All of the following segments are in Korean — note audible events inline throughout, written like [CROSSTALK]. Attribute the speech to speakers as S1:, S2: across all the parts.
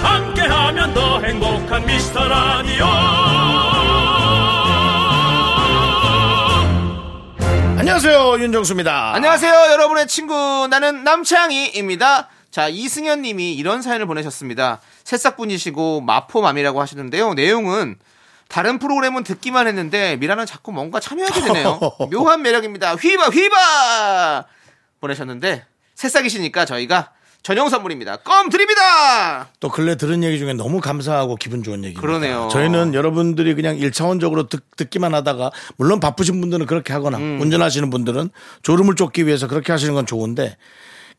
S1: 함께하면 더 행복한 미스터 라디오
S2: 음. 안녕하세요 윤정수입니다.
S3: 아. 안녕하세요, 여러분의 친구. 나는 남창희입니다. 자, 이승현 님이 이런 사연을 보내셨습니다. 새싹분이시고 마포맘이라고 하시는데요. 내용은 다른 프로그램은 듣기만 했는데 미라는 자꾸 뭔가 참여하게 되네요. 묘한 매력입니다. 휘바 휘바 보내셨는데 새싹이시니까 저희가 전용 선물입니다. 껌 드립니다.
S2: 또 근래 들은 얘기 중에 너무 감사하고 기분 좋은 얘기입니다.
S3: 그러네요.
S2: 저희는 여러분들이 그냥 일차원적으로 듣, 듣기만 하다가 물론 바쁘신 분들은 그렇게 하거나
S3: 음.
S2: 운전하시는 분들은 졸음을 쫓기 위해서 그렇게 하시는 건 좋은데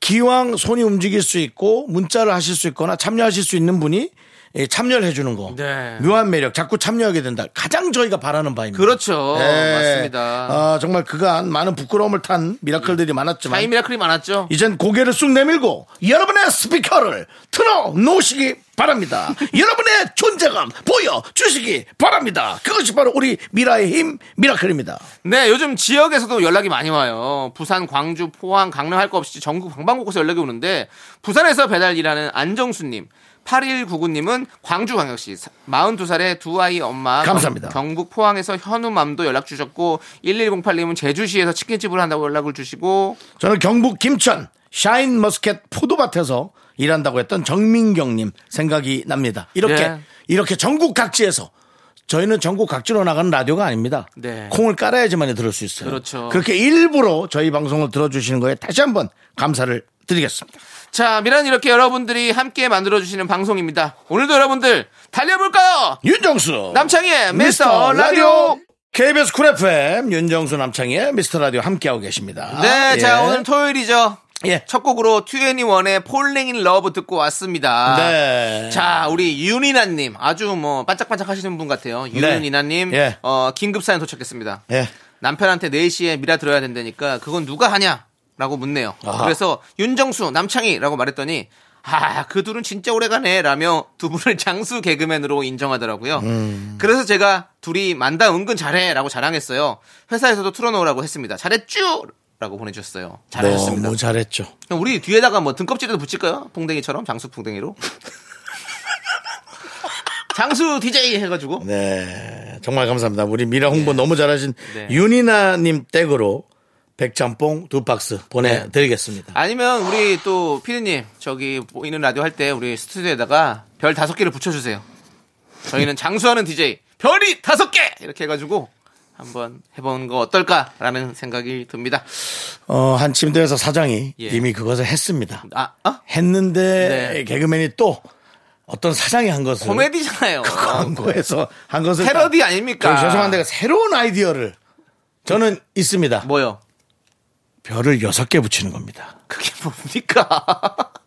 S2: 기왕 손이 움직일 수 있고 문자를 하실 수 있거나 참여하실 수 있는 분이 예, 참여를 해주는 거
S3: 네.
S2: 묘한 매력 자꾸 참여하게 된다 가장 저희가 바라는 바입니다
S3: 그렇죠.
S2: 예.
S3: 맞습니다.
S2: 아, 정말 그간 많은 부끄러움을 탄
S3: 음.
S2: 미라클들이 많았지만
S3: 다이 미라클이 많았죠?
S2: 이젠 고개를 쑥 내밀고 여러분의 스피커를 틀어 놓으시기
S3: [LAUGHS]
S2: 바랍니다. 여러분의 존재감 보여 주시기 바랍니다. 그것이 바로 우리 미라의 힘 미라클입니다.
S3: 네, 요즘 지역에서도 연락이 많이 와요. 부산, 광주, 포항, 강릉 할 거 없이 전국 방방곡곡에서 연락이 오는데 부산에서 배달 일하는 안정수님, 8199님은 광주광역시 42살의 두 아이 엄마
S2: 감사합니다.
S3: 경- 경북 포항에서 현우맘도 연락 주셨고 1108님은 제주시에서 치킨집을 한다고 연락을 주시고
S2: 저는 경북 김천 샤인 머스켓 포도밭에서 일한다고 했던 정민경님 생각이 납니다. 이렇게
S3: 예.
S2: 이렇게 전국 각지에서 저희는 전국 각지로 나가는 라디오가 아닙니다.
S3: 네.
S2: 콩을 깔아야지만이 들을 수 있어요.
S3: 그렇죠.
S2: 그렇게 일부러 저희 방송을 들어주시는 거에 다시 한번 감사를 드리겠습니다.
S3: 자, 미란 이렇게 여러분들이 함께 만들어 주시는 방송입니다. 오늘도 여러분들 달려볼까요?
S2: 윤정수
S3: 남창희의 미스터 라디오.
S2: KBS 쿨 FM 윤정수 남창희의 미스터 라디오 함께하고 계십니다.
S3: 네,
S2: 예.
S3: 자, 오늘 토요일이죠.
S2: 예.
S3: 첫 곡으로 2NE1의 폴링 인 러브 듣고 왔습니다.
S2: 네.
S3: 자, 우리 윤이나님. 아주 뭐, 반짝반짝 하시는 분 같아요. 윤이나님.
S2: 예.
S3: 어, 긴급사연 도착했습니다.
S2: 예.
S3: 남편한테 4시에 미라 들어야 된다니까 그건 누가 하냐? 라고 묻네요.
S2: 아하.
S3: 그래서 윤정수, 남창희라고 말했더니 아, 그 둘은 진짜 오래가네. 라며 두 분을 [LAUGHS] 장수 개그맨으로 인정하더라고요.
S2: 음.
S3: 그래서 제가 둘이 만다 은근 잘해. 라고 자랑했어요. 회사에서도 틀어놓으라고 했습니다. 잘했쭈! 라고 보내주셨어요. 잘하셨습니다.
S2: 너무 잘했죠.
S3: 그럼 우리 뒤에다가 뭐 등껍질에도 붙일까요? 풍뎅이처럼
S2: [LAUGHS]
S3: 장수 풍뎅이로. 장수 DJ 해가지고.
S2: 네, 정말 감사합니다. 우리 미라 홍보 너무 잘하신
S3: 네.
S2: 윤이나님 댁으로 백짬뽕 두 박스 보내드리겠습니다.
S3: 아니면 우리 또 피디님 저기 보이는 라디오 할 때 우리 스튜디오에다가 별 다섯 개를 붙여주세요. 저희는 장수하는 DJ 별이 다섯 개 이렇게 해가지고 한번 해보는 거 어떨까라는 생각이 듭니다.
S2: 어, 한 침대에서 사장이
S3: 예.
S2: 이미 그것을 했습니다.
S3: 아, 아?
S2: 했는데
S3: 네.
S2: 개그맨이 또 어떤 사장이 한 것을
S3: 코미디잖아요.
S2: 광고에서 한 것을
S3: 패러디
S2: 다-
S3: 아닙니까?
S2: 저는 죄송한데 그 새로운 아이디어를 저는 있습니다.
S3: 뭐요?
S2: 별을 여섯 개 붙이는 겁니다.
S3: 그게 뭡니까?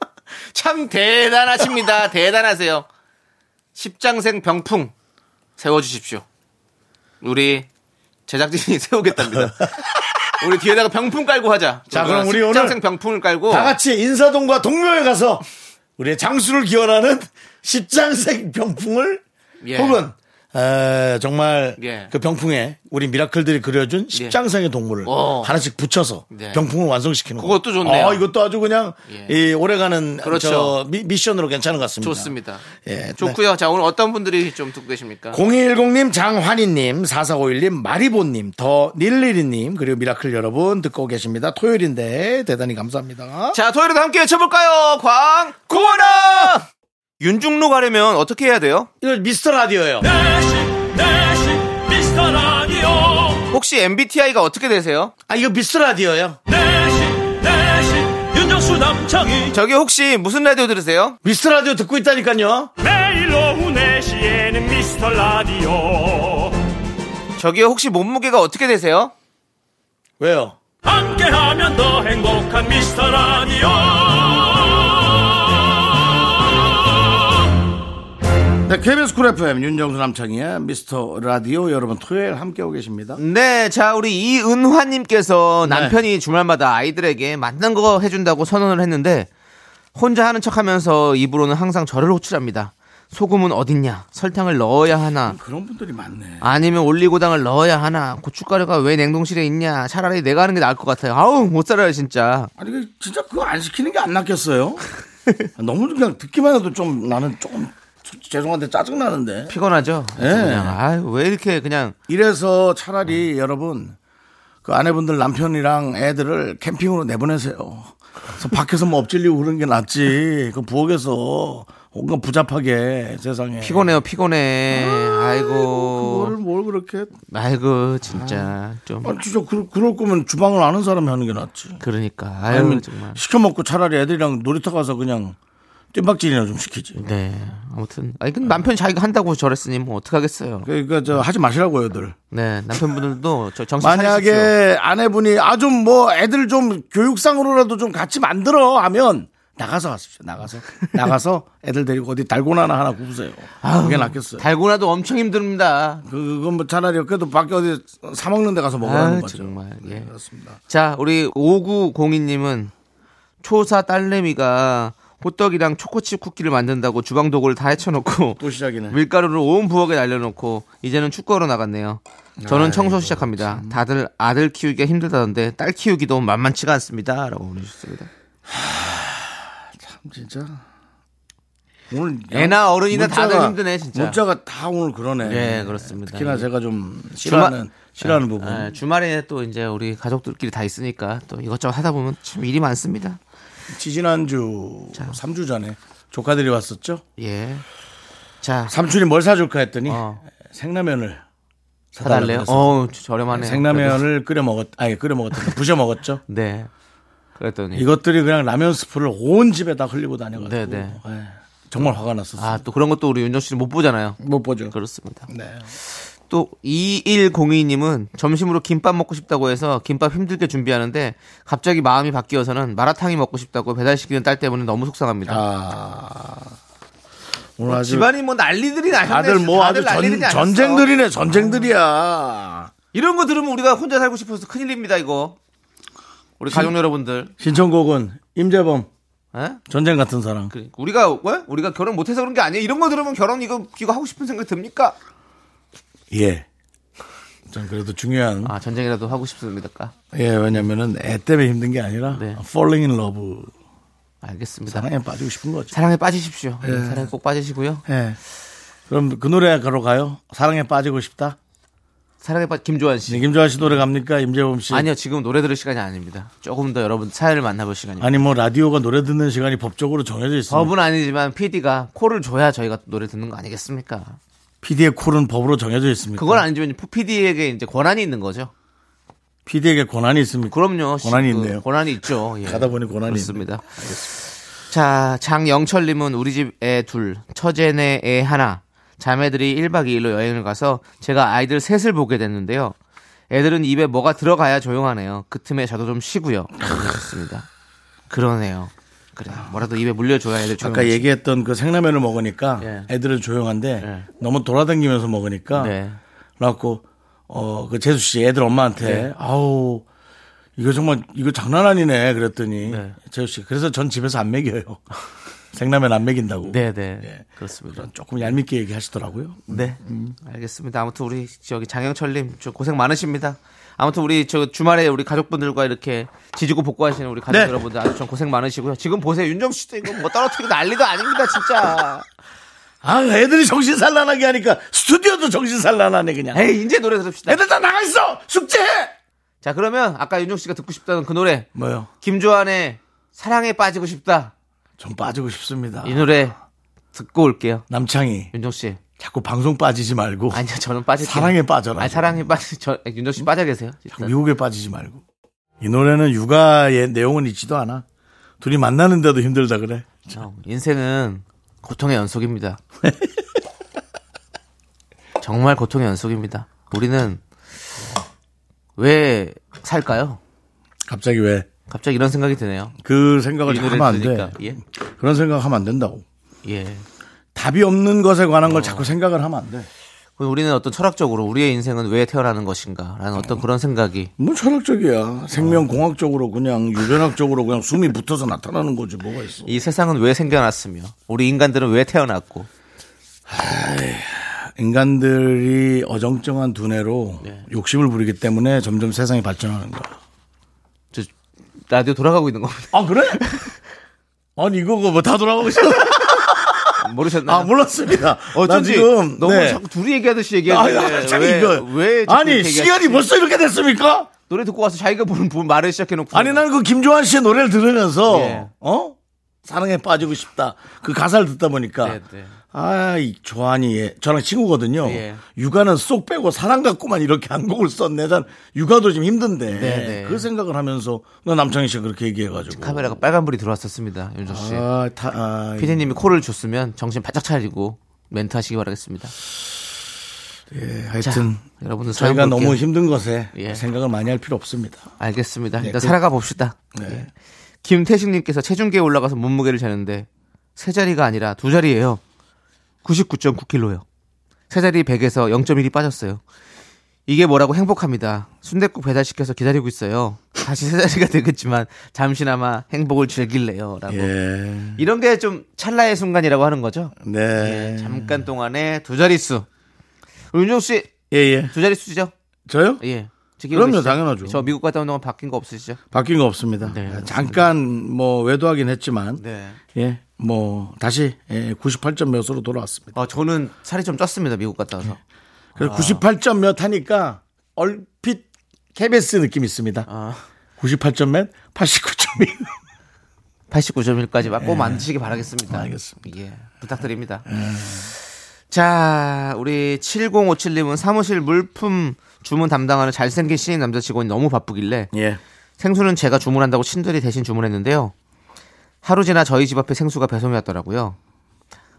S3: [LAUGHS] 참 대단하십니다. 대단하세요. 십장생 병풍 세워주십시오. 우리 제작진이 [LAUGHS] 세우겠답니다. 우리 뒤에다가 병풍 깔고 하자.
S2: 자, 그럼 우리 오늘
S3: 십장생 병풍을 깔고
S2: 다 같이 인사동과 동묘에 가서 우리의 장수를 기원하는 십장생 병풍을
S3: 예.
S2: 혹은 에, 정말
S3: 예.
S2: 그 병풍에 우리 미라클들이 그려준 십장생의 동물을
S3: 오.
S2: 하나씩 붙여서
S3: 어. 네.
S2: 병풍을 완성시키는 거.
S3: 그것도 좋네요.
S2: 어, 이것도 아주 그냥
S3: 예.
S2: 이 오래가는
S3: 그렇죠.
S2: 저 미, 미션으로 괜찮은 것 같습니다.
S3: 좋습니다.
S2: 예, 네.
S3: 좋고요. 자, 오늘 어떤 분들이 좀 듣고 계십니까?
S2: 0210님, 장환희님, 4451님, 마리보님, 더 닐리리님, 그리고 미라클 여러분 듣고 계십니다. 토요일인데 대단히 감사합니다.
S3: 자, 토요일에도 함께 외쳐볼까요? 광, 고라! 윤중로 가려면 어떻게 해야 돼요?
S2: 이거 미스터 라디오예요.
S1: 내식 내식 미스터 라디오
S3: 혹시 MBTI가 어떻게 되세요?
S2: 아 이거 미스터 라디오예요.
S1: 내식 내식 윤정수 남창희
S3: 저기 혹시 무슨 라디오 들으세요?
S2: 미스터 라디오 듣고 있다니까요.
S4: 매일 오후 4시에는 미스터 라디오
S3: 저기 혹시 몸무게가 어떻게 되세요?
S2: 왜요?
S1: 함께하면 더 행복한 미스터 라디오
S2: 네, KBS 쿨 FM 윤정수 남창희의 미스터 라디오 여러분 토요일 함께하고 계십니다.
S3: 네, 자 우리 이은화님께서 남편이 주말마다 아이들에게 맞는 거 해준다고 선언을 했는데 혼자 하는 척하면서 입으로는 항상 저를 호출합니다. 소금은 어딨냐? 설탕을 넣어야 하나?
S2: 그런 분들이 많네.
S3: 아니면 올리고당을 넣어야 하나? 고춧가루가 왜 냉동실에 있냐? 차라리 내가 하는 게 나을 것 같아요. 아우 못 살아요 진짜.
S2: 아니 그 진짜 그거 안 시키는 게 안 [LAUGHS] 낫겠어요? 너무 그냥 듣기만 해도 좀 나는 조금 솔직히 죄송한데 짜증 나는데.
S3: 피곤하죠.
S2: 예.
S3: 그냥 아유 왜 이렇게 그냥
S2: 이래서 차라리 여러분 그 아내분들 남편이랑 애들을 캠핑으로 내보내세요. 그래서 밖에서 뭐 엎질리고 그런 게 낫지. 그 부엌에서 뭔가 부잡하게 세상에.
S3: 피곤해요 피곤해.
S2: 그거를
S3: 아이고
S2: 뭘 그렇게.
S3: 아이고 진짜 좀
S2: 아, 진짜 그, 그럴 거면 주방을 아는 사람이 하는 게 낫지.
S3: 그러니까 아유
S2: 아니면
S3: 정말.
S2: 시켜 먹고 차라리 애들이랑 놀이터 가서 그냥 뜀박질이나 좀 시키지.
S3: 네. 아무튼 아니 근데 남편 이 자기가 한다고 저랬으니 뭐 어떡하겠어요.
S2: 그러니까 저 하지 마시라고 애들.
S3: 네. 남편분들도 저 정신 차리십시오.
S2: 만약에 아내분이 아 좀 뭐 애들 좀 교육상으로라도 좀 같이 만들어 하면 나가서 하십시오. 나가서 나가서 애들 데리고 어디 달고나나 하나 구우세요. 그게 낫겠어요.
S3: 달고나도 엄청 힘듭니다.
S2: 그건 뭐 차라리 그래도 밖에 어디 사 먹는 데 가서 먹으라는
S3: 아,
S2: 거죠.
S3: 정말. 예.
S2: 네, 그렇습니다.
S3: 자, 우리 5902님은 초사 딸내미가 호떡이랑 초코칩 쿠키를 만든다고 주방 도구를 다 헤쳐놓고
S2: 또 시작이네.
S3: 밀가루를 온 부엌에 날려놓고 이제는 축구하러 나갔네요. 저는 청소 시작합니다. 다들 아들 키우기가 힘들다던데 딸 키우기도 만만치가 않습니다. 라고 보내주셨습니다.
S2: 진짜 오늘
S3: 애나 어른이나 다들 힘드네, 진짜.
S2: 문자가 다 오늘 그러네.
S3: 예, 그렇습니다.
S2: 특히나 제가 좀 싫어하는 싫어하는 부분.
S3: 아, 주말에 또 이제 우리 가족들끼리 다 있으니까 또 이것저것 하다 보면 참 일이 많습니다.
S2: 지지난주 3주 전에 조카들이 왔었죠.
S3: 예. 자,
S2: 삼촌이 뭘 사줄까 했더니
S3: 어.
S2: 생라면을 사달래요.
S3: 사달래요? 어, 예, 저렴하네요.
S2: 생라면을 끓여 먹었, 아니 끓여 먹었다. 부셔
S3: [LAUGHS]
S2: 먹었죠.
S3: 그래도- 네. 그랬더니
S2: 이것들이 그냥 라면 스프를 온 집에 다 흘리고 다녀가지고
S3: 예. 네네.
S2: 예, 정말 화가 났었어요.
S3: 아, 또 그런 것도 우리 윤정 씨는 못 보잖아요.
S2: 못 보죠.
S3: 그렇습니다.
S2: 네.
S3: 또 2102님은 점심으로 김밥 먹고 싶다고 해서 김밥 힘들게 준비하는데 갑자기 마음이 바뀌어서는 마라탕이 먹고 싶다고 배달시키는 딸 때문에 너무 속상합니다.
S2: 아 오늘 아주
S3: 집안이 뭐 난리들이 나셨네.
S2: 다들 뭐 아주
S3: 다들
S2: 전,
S3: 난리들이 나셨어.
S2: 전쟁들이네 전쟁들이야.
S3: 이런 거 들으면 우리가 혼자 살고 싶어서 큰일입니다 이거 우리 가족 여러분들
S2: 신청곡은 임재범
S3: 예?
S2: 전쟁 같은 사랑.
S3: 그, 우리가 왜? 우리가 결혼 못해서 그런 게 아니에요 이런 거 들으면 결혼 이거 이거 하고 싶은 생각 듭니까?
S2: 예. 전 그래도 중요한
S3: 아 전쟁이라도 하고 싶습니까?
S2: 예 왜냐면은 애 때문에 힘든 게 아니라
S3: 네.
S2: falling in love
S3: 알겠습니다
S2: 사랑에 빠지고 싶은 거죠.
S3: 사랑에 빠지십시오 예, 사랑에 꼭 빠지시고요
S2: 예. 그럼 그 노래 가로 가요. 사랑에 빠지고 싶다.
S3: 사랑에 빠 김조한 씨
S2: 네, 김조아 씨 노래 갑니까? 임재범 씨.
S3: 아니요 지금 노래 들을 시간이 아닙니다 조금 더 여러분 사연을 만나볼 시간입니다
S2: 아니, 뭐 라디오가 노래 듣는 시간이 법적으로 정해져 있습니다.
S3: 법은 아니지만 PD가 코를 줘야 저희가 또 노래 듣는 거 아니겠습니까?
S2: PD의 콜은 법으로 정해져 있습니다.
S3: 그건 아니지만 PD에게 이제 권한이 있는 거죠.
S2: PD에게 권한이 있습니까?
S3: 그럼요.
S2: 권한이
S3: 그,
S2: 있네요. [LAUGHS]
S3: 권한이 있죠. 예.
S2: 가다 보니 권한이
S3: 그렇습니다. 자, 장영철님은 우리 집 애 둘, 처제네 애 하나, 자매들이 1박 2일로 여행을 가서 제가 아이들 셋을 보게 됐는데요. 애들은 입에 뭐가 들어가야 조용하네요. 그 틈에 저도 좀 쉬고요. 그렇습니다. 그러네요. 그래. 뭐라도 입에 물려줘야 애들 조용해.
S2: 아까 얘기했던 그 생라면을 먹으니까
S3: 예.
S2: 애들은 조용한데
S3: 예.
S2: 너무 돌아다니면서 먹으니까
S3: 네.
S2: 그래갖고 어그 재수 씨 애들 엄마한테
S3: 네.
S2: 아우 이거 정말 이거 장난 아니네 그랬더니
S3: 네.
S2: 재수 씨 그래서 전 집에서 안 먹여요 [LAUGHS] 생라면 안 먹인다고
S3: 네, 네.
S2: 예.
S3: 그렇습니다.
S2: 그런 조금 얄밉게 얘기하시더라고요
S3: 네. 알겠습니다. 아무튼 우리 저기 장영철님 저 고생 많으십니다. 아무튼 우리 저 주말에 우리 가족분들과 이렇게 지지고 복구하시는 우리 가족
S2: 네.
S3: 여러분들 아주 좀 고생 많으시고요. 지금 보세요. 윤정 씨도 이거 뭐 떨어뜨리고 난리도 아닙니다, 진짜.
S2: 아 애들이 정신산란하게 하니까 스튜디오도 정신산란하네 그냥
S3: 에이, 이제 노래 들읍시다.
S2: 애들 다 나가 있어 숙제해
S3: 자, 그러면 아까 윤정 씨가 듣고 싶다는 그 노래.
S2: 뭐요
S3: 김조한의 사랑에 빠지고 싶다.
S2: 좀 빠지고 싶습니다
S3: 이 노래 듣고 올게요.
S2: 남창이
S3: 윤정 씨.
S2: 자꾸 방송 빠지지 말고
S3: 아니요, 저는 빠질게요.
S2: 사랑에 빠져라.
S3: 아니, 사랑에 빠지, 저, 윤정 씨 빠져 계세요. 일단.
S2: 미국에 빠지지 말고. 이 노래는 육아의 내용은 있지도 않아. 둘이 만나는데도 힘들다 그래.
S3: 형, 그렇죠. 인생은 고통의
S2: [LAUGHS]
S3: 연속입니다. 정말 고통의 연속입니다. 우리는 왜 살까요?
S2: 갑자기 왜?
S3: 갑자기 이런 생각이 드네요.
S2: 그 생각을
S3: 이 노래를
S2: 하면 안
S3: 들으니까.
S2: 돼.
S3: 예.
S2: 그런 생각 하면 안 된다고.
S3: 예.
S2: 답이 없는 것에 관한 걸 자꾸 생각을 하면 안 돼.
S3: 우리는 어떤 철학적으로 우리의 인생은 왜 태어나는
S2: 네.
S3: 것인가라는 어떤 그런 생각이
S2: 뭐 철학적이야.
S3: 어.
S2: 생명공학적으로 그냥 유전학적으로 그냥 숨이 붙어서 나타나는 거지 뭐가 있어.
S3: 이 세상은 왜 생겨났으며 우리 인간들은 왜 태어났고
S2: 인간들이 어정쩡한 두뇌로
S3: 네.
S2: 욕심을 부리기 때문에 점점 세상이 발전하는 거야.
S3: 저 라디오 돌아가고 있는 겁니다.
S2: 아 그래? [LAUGHS] 아니 이거 뭐다 돌아가고 있어.
S3: [LAUGHS] 모르셨나요?
S2: 아 몰랐습니다.
S3: 네. 어쩐지
S2: 나 지금
S3: 너무
S2: 네.
S3: 자꾸 둘이 얘기하듯이
S2: 아니,
S3: 얘기하는데
S2: 아, 잠깐
S3: 왜,
S2: 이거
S3: 왜 자꾸
S2: 아니
S3: 이렇게
S2: 시간이
S3: 얘기하시지?
S2: 벌써 이렇게 됐습니까?
S3: 노래 듣고 와서 자기가 부른 부분 말을 시작해놓고
S2: 아니 나는 그 김조한 씨의 노래를 들으면서
S3: 예.
S2: 어 사랑에 빠지고 싶다 그 가사를 듣다 보니까
S3: 네, 네.
S2: 아이 조한이 얘, 저랑 친구거든요.
S3: 예.
S2: 육아는 쏙 빼고 사랑 갖고만 이렇게 한 곡을 썼네. 난 육아도 좀 힘든데
S3: 네, 네.
S2: 그 생각을 하면서 나 남창희 씨가 그렇게 얘기해가지고
S3: 카메라가 빨간불이 들어왔었습니다 윤정 씨
S2: 아, 다, 아,
S3: 피디님이 코를 줬으면 정신 바짝 차리고 멘트 하시기 바라겠습니다
S2: 예,
S3: 자
S2: 하여튼
S3: 여러분들 사연
S2: 저희가
S3: 볼게요.
S2: 너무 힘든 것에
S3: 예.
S2: 생각을 많이 할 필요 없습니다.
S3: 알겠습니다 일단
S2: 그- 네.
S3: 살아가 봅시다 예. 김태식님께서 체중계에 올라가서 몸무게를 재는데 세 자리가 아니라 두 자리예요 99.9kg요 세 자리 100에서 0.1이 빠졌어요 이게 뭐라고 행복합니다. 순댓국 배달시켜서 기다리고 있어요. 다시 세 자리가 되겠지만 잠시나마 행복을 즐길래요라고.
S2: 예,
S3: 이런 게 좀 찰나의 순간이라고 하는 거죠. 예,
S2: 네,
S3: 잠깐 동안에 두 자릿수. 윤종 씨,
S2: 예, 예,
S3: 두 자릿수죠?
S2: 저요?
S3: 예. 지금
S2: 그럼요,
S3: 계시죠?
S2: 당연하죠.
S3: 저 미국 갔다 온 동안 바뀐 거 없으시죠?
S2: 바뀐 거 없습니다.
S3: 네, 그렇습니다.
S2: 잠깐 뭐 외도하긴 했지만
S3: 네.
S2: 예, 뭐 다시 예, 98점 몇으로 돌아왔습니다.
S3: 어, 저는 살이 좀 쪘습니다, 미국 갔다 와서.
S2: 그래서 98점 몇 하니까 얼핏 KBS 느낌 있습니다.
S3: 아.
S2: 98점 몇? 89점이.
S3: 89.1까지 꼭 만드시기 바라겠습니다.
S2: 예. 알겠습니다.
S3: 예, 부탁드립니다. 자, 우리 7057님은 사무실 물품 주문 담당하는 잘생긴 신인 남자 직원이 너무 바쁘길래
S2: [LAUGHS] 예.
S3: 생수는 제가 주문한다고 친절히 대신 주문했는데요. 하루 지나 저희 집 앞에 생수가 배송이 왔더라고요.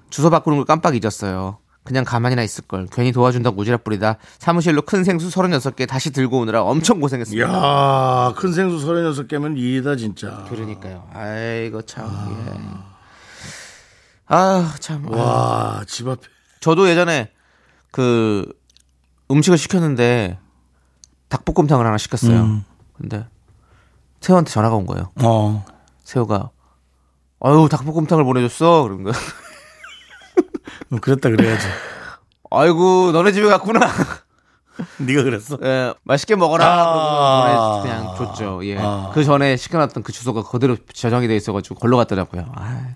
S3: 주소 바꾸는 걸 깜빡 잊었어요. 그냥 가만히나 있을 걸. 괜히 도와준다고 오지랖 부리다 사무실로 큰 생수 36개 다시 들고 오느라 엄청 고생했습니다.
S2: 이야, 큰 생수 36개면 이다, 진짜.
S3: 그러니까요. 아이고 참. 예. 아 참.
S2: 와, 집 앞에.
S3: 저도 예전에 그 음식을 시켰는데 닭볶음탕을 하나 시켰어요. 근데 세호한테 전화가 온 거예요.
S2: 어.
S3: 세호가 아유 닭볶음탕을 보내줬어 그런 거.
S2: 음, 그랬다 그래야지.
S3: [LAUGHS] 아이고 너네 집에 갔구나.
S2: [LAUGHS]
S3: [LAUGHS]
S2: 네가 그랬어?
S3: 예, 맛있게 먹어라.
S2: 아.
S3: 그러고 그냥 줬죠. 예. 그 전에 시켜놨던 그 주소가 그대로 저장이 돼 있어가지고 걸러 갔더라고요. 아,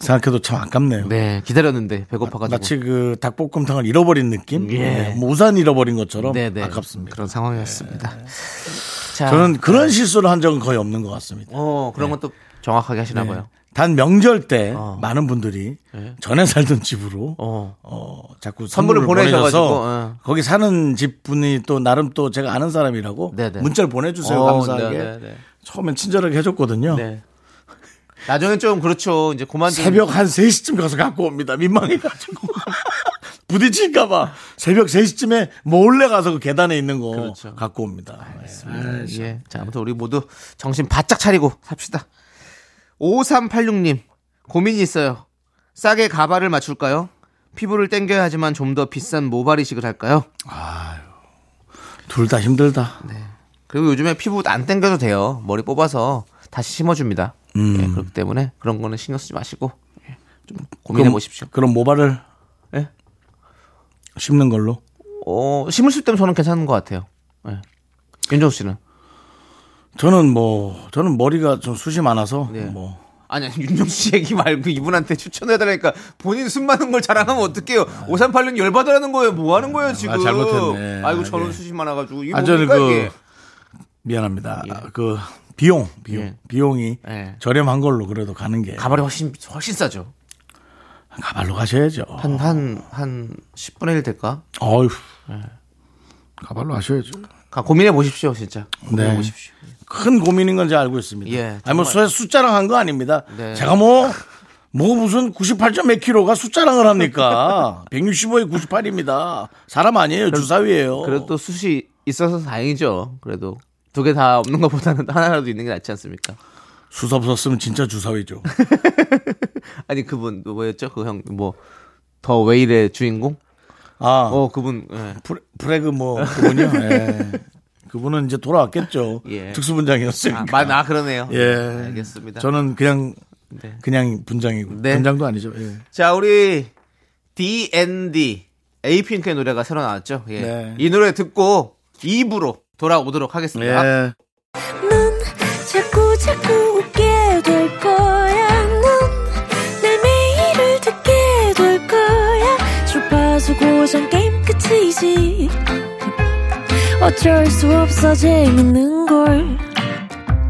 S2: 생각해도 참 아깝네요.
S3: 네 기다렸는데 배고파가지고.
S2: 마치 그 닭볶음탕을 잃어버린 느낌?
S3: 예.
S2: 네, 뭐 우산 잃어버린 것처럼
S3: 네네.
S2: 아깝습니다. 네.
S3: 그런 상황이었습니다. 자,
S2: 저는 그런 실수를 한 적은 거의 없는 것 같습니다.
S3: 어 그런 것도 정확하게 하시나
S2: 네.
S3: 봐요.
S2: 단 명절 때
S3: 어. 예.
S2: 많은 분들이 전에 살던 집으로 어.
S3: 어
S2: 자꾸
S3: 선물을
S2: 선물을,
S3: 보내셔가지고,
S2: 보내셔서
S3: 어.
S2: 거기 사는 집 분이 또 나름 또 제가 아는 사람이라고
S3: 네네.
S2: 문자를 보내주세요
S3: 어,
S2: 감사하게
S3: 네, 네, 네.
S2: 처음엔 친절하게 해줬거든요.
S3: 네. 나중엔 좀 그렇죠. 이제 그만 좀
S2: 새벽 한 3시쯤 가서 갖고 옵니다.
S3: [LAUGHS]
S2: 민망해가지고. 부딪힐까봐 새벽 3시쯤에 몰래 가서 그 계단에 있는 거
S3: 그렇죠.
S2: 갖고 옵니다. 아,
S3: 예. 자, 아무튼 우리 모두 정신 바짝 차리고 삽시다. 5386님, 고민이 있어요. 싸게 가발을 맞출까요? 피부를 땡겨야 하지만 좀 더 비싼 모발 이식을 할까요?
S2: 둘 다 힘들다.
S3: 네, 그리고 요즘에 피부 안 땡겨도 돼요. 머리 뽑아서 다시 심어줍니다.
S2: 음.
S3: 예, 그렇기 때문에 그런 거는 신경 쓰지 마시고 예, 좀 고민해 보십시오.
S2: 그럼 모발을
S3: 예?
S2: 심는 걸로.
S3: 어, 심으실 때면 저는 괜찮은 것 같아요. 예. 윤정수 씨는?
S2: 저는 뭐 저는 머리가 좀 숱이 많아서
S3: 네.
S2: 뭐
S3: 아니, 아니 윤정수 씨 얘기 말고 이분한테 추천해달라니까 본인 숨 많은 걸 자랑하면 어떡해요. 5386 열받으라는 거예요. 뭐 하는 거예요, 지금.
S2: 잘못했네.
S3: 아이고,
S2: 아,
S3: 저런
S2: 네.
S3: 수심 많아가지고. 이거
S2: 아, 저는
S3: 뭡니까,
S2: 그-
S3: 이게?
S2: 미안합니다. 아, 그 비용 비용
S3: 예.
S2: 비용이
S3: 예.
S2: 저렴한 걸로 그래도 가는 게
S3: 가발이 훨씬, 훨씬 싸죠.
S2: 가발로 가셔야죠.
S3: 한, 한, 한 10분의 1 될까?
S2: 어휴.
S3: 예.
S2: 가발로 하셔야죠.
S3: 가- 고민해 보십시오, 진짜. 고민해
S2: 네.
S3: 보십시오.
S2: 큰 고민인 건지 알고 있습니다.
S3: 예,
S2: 아니 뭐 수- 숫자랑 한 거 아닙니다.
S3: 네.
S2: 제가 뭐 뭐 무슨 98점 몇 킬로가 숫자랑을
S3: [LAUGHS]
S2: 합니까? 165에 98입니다. 사람 아니에요. 주사위예요.
S3: 그래도 또 숱이 있어서 다행이죠. 그래도 두 개 다 없는 것보다는 하나라도 있는 게 낫지 않습니까?
S2: 수사 없었으면 진짜
S3: [LAUGHS]
S2: 주사위죠.
S3: 아니 그분 뭐였죠? 그 형 뭐. 더 웨일의 주인공?
S2: 아,
S3: 어, 그분, 예.
S2: 프레, 프레그 뭐 그분이요. 예. [LAUGHS] 그분은 이제 돌아왔겠죠.
S3: 예.
S2: 특수분장이었으니까.
S3: 아, 맞, 아, 그러네요.
S2: 예.
S3: 알겠습니다.
S2: 저는 그냥
S3: 네.
S2: 그냥 분장이고
S3: 네.
S2: 분장도 아니죠. 예.
S3: 자, 우리 DND 에이핑크의 노래가 새로 나왔죠. 예.
S2: 네.
S3: 이 노래 듣고 2부로 돌아오도록 하겠습니다.
S2: 예.
S5: 넌 자꾸 자꾸 웃게 될 거야. 넌내 매일을 듣게 될 거야. 주파수 고정 게임 끝이지. 어쩔 수 없어 재밌는 걸.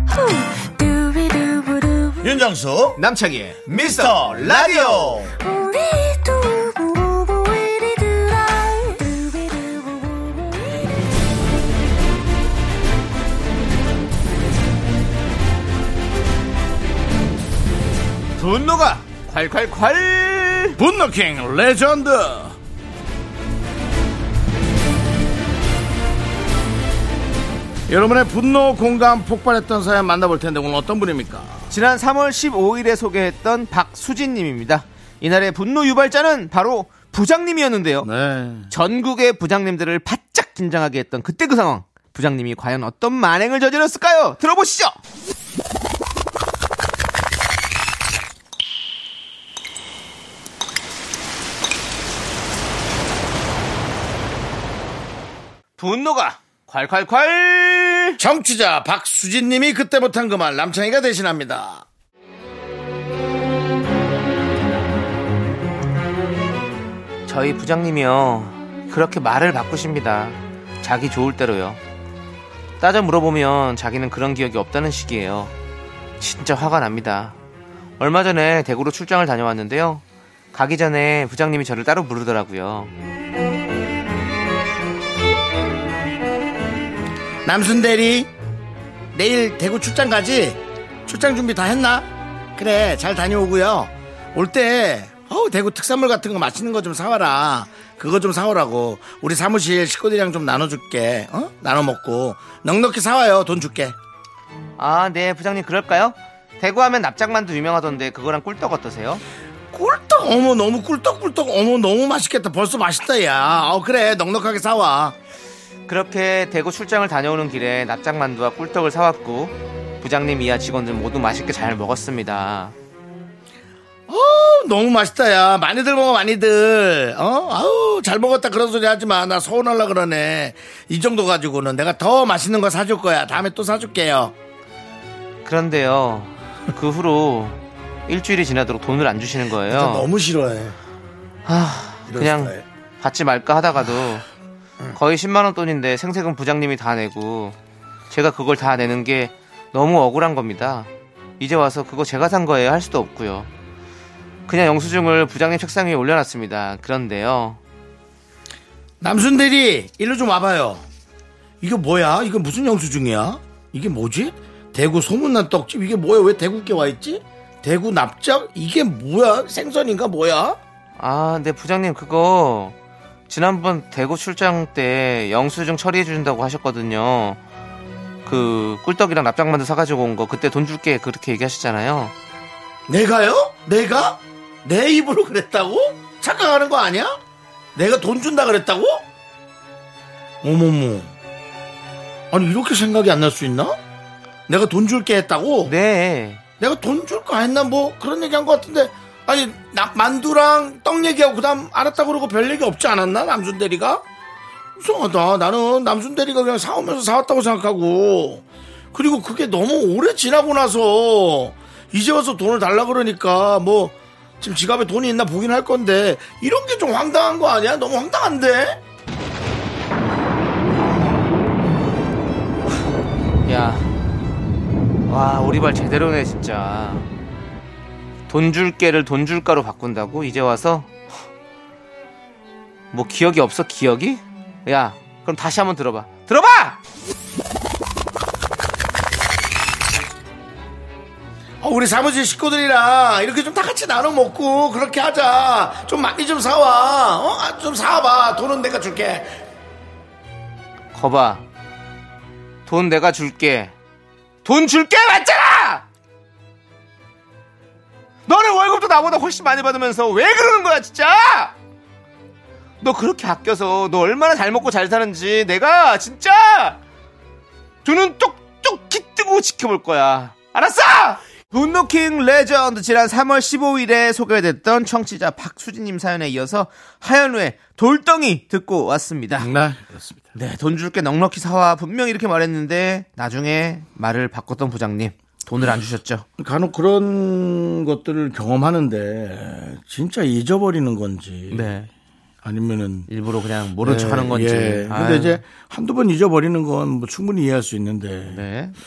S5: 후. 두비두부두부.
S2: 윤정수
S3: 남창희의 미스터 라디오!
S5: 우리 두부부부 우리 두라. 두비두부부부 우리
S3: 분노가 콸콸콸!
S2: 분노킹 레전드. 여러분의 분노 공감 폭발했던 사연 만나볼 텐데 오늘 어떤 분입니까?
S3: 지난 3월 15일에 소개했던 박수진님입니다. 이날의 분노 유발자는 바로 부장님이었는데요.
S2: 네.
S3: 전국의 부장님들을 바짝 긴장하게 했던 그때 그 상황. 부장님이 과연 어떤 만행을 저질렀을까요? 들어보시죠! 분노가 콸콸콸!
S2: 정취자 박수진님이 그때 못한 그 말 남창희가 대신합니다.
S3: 저희 부장님이요. 그렇게 말을 바꾸십니다. 자기 좋을 대로요. 따져 물어보면 자기는 그런 기억이 없다는 식이에요. 진짜 화가 납니다. 얼마 전에 대구로 출장을 다녀왔는데요. 가기 전에 부장님이 저를 따로 부르더라고요.
S2: 남순 대리 내일 대구 출장 가지? 출장 준비 다 했나? 그래 잘 다녀오고요. 올 때 어우 대구 특산물 같은 거 맛있는 거 좀 사와라. 그거 좀 사오라고 우리 사무실 식구들이랑 좀 나눠줄게. 어? 나눠 먹고 넉넉히 사와요. 돈 줄게.
S3: 아, 네, 부장님 그럴까요? 대구하면 납작만두 유명하던데 그거랑 꿀떡 어떠세요?
S2: 꿀떡 어머 너무 꿀떡꿀떡 어머 너무 맛있겠다. 벌써 맛있다 야. 어 그래 넉넉하게 사와.
S3: 그렇게 대구 출장을 다녀오는 길에 납작만두와 꿀떡을 사왔고 부장님 이하 직원들 모두 맛있게 잘 먹었습니다.
S2: 어, 너무 맛있다, 야. 많이들 먹어, 많이들. 어? 아우, 잘 먹었다. 그런 소리 하지 마. 나 서운하려 그러네. 이 정도 가지고는 내가 더 맛있는 거 사줄 거야. 다음에 또 사줄게요.
S3: 그런데요, 그 후로 일주일이 지나도록 돈을 안 주시는 거예요.
S2: 너무 싫어해.
S3: 아,
S2: 이런
S3: 그냥
S2: 스타일.
S3: 받지 말까 하다가도 거의 10만 원 돈인데 생색은 부장님이 다 내고 제가 그걸 다 내는 게 너무 억울한 겁니다. 이제 와서 그거 제가 산 거예요 할 수도 없고요. 그냥 영수증을 부장님 책상 위에 올려놨습니다. 그런데요,
S2: 남순 대리, 일로 좀 와봐요. 이거 뭐야? 이거 무슨 영수증이야? 이게 뭐지? 대구 소문난 떡집? 이게 뭐야? 왜 대구께 와있지? 대구 납작? 이게 뭐야? 생선인가? 뭐야?
S3: 아, 네 부장님 그거 지난번 대구 출장 때 영수증 처리해 준다고 하셨거든요. 그 꿀떡이랑 납작만두 사가지고 온 거 그때 돈 줄게 그렇게 얘기하셨잖아요.
S2: 내가요? 내가? 내 입으로 그랬다고? 착각하는 거 아니야? 내가 돈 준다 그랬다고? 어머머. 아니, 이렇게 생각이 안 날 수 있나? 내가 돈 줄게 했다고?
S3: 네,
S2: 내가 돈 줄까 했나? 뭐, 그런 얘기 한 것 같은데. 아니, 나, 만두랑 떡 얘기하고, 그 다음 알았다 그러고 별 얘기 없지 않았나? 남순 대리가? 이상하다. 나는 남순 대리가 그냥 사오면서 사왔다고 생각하고. 그리고 그게 너무 오래 지나고 나서 이제 와서 돈을 달라 그러니까 뭐 지금 지갑에 돈이 있나 보긴 할 건데 이런 게 좀 황당한 거 아니야? 너무 황당한데?
S3: 야, 와 오리발 제대로네 진짜. 돈 줄게를 돈 줄까로 바꾼다고 이제 와서 뭐 기억이 없어 기억이? 야, 그럼 다시 한번 들어봐. 들어봐!
S2: 어, 우리 사무실 식구들이랑 이렇게 좀 다 같이 나눠 먹고 그렇게 하자. 좀 많이 좀 사와. 어? 아, 좀 사와봐. 돈은 내가 줄게.
S3: 거봐. 돈 내가 줄게. 돈 줄게 맞잖아! 너는 월급도 나보다 훨씬 많이 받으면서 왜 그러는 거야 진짜 너 그렇게 아껴서 너 얼마나 잘 먹고 잘 사는지 내가 진짜 두 눈 똑똑히 뜨고 지켜볼 거야 알았어 돈노킹 레전드 지난 3월 15일에 소개됐던 청취자 박수진님 사연에 이어서 하현우의 돌덩이 듣고 왔습니다
S2: 네, 그렇습니다.
S3: 네, 돈 줄 게 넉넉히 사와 분명히 이렇게 말했는데 나중에 말을 바꿨던 부장님 돈을 안 주셨죠.
S2: 간혹 그런 것들을 경험하는데 진짜 잊어버리는 건지
S3: 네.
S2: 아니면은
S3: 일부러 그냥 모른 척하는 건지.
S2: 예. 근데
S3: 아유,
S2: 이제 한두 번 잊어버리는 건뭐 충분히 이해할 수 있는데
S3: 네, 아.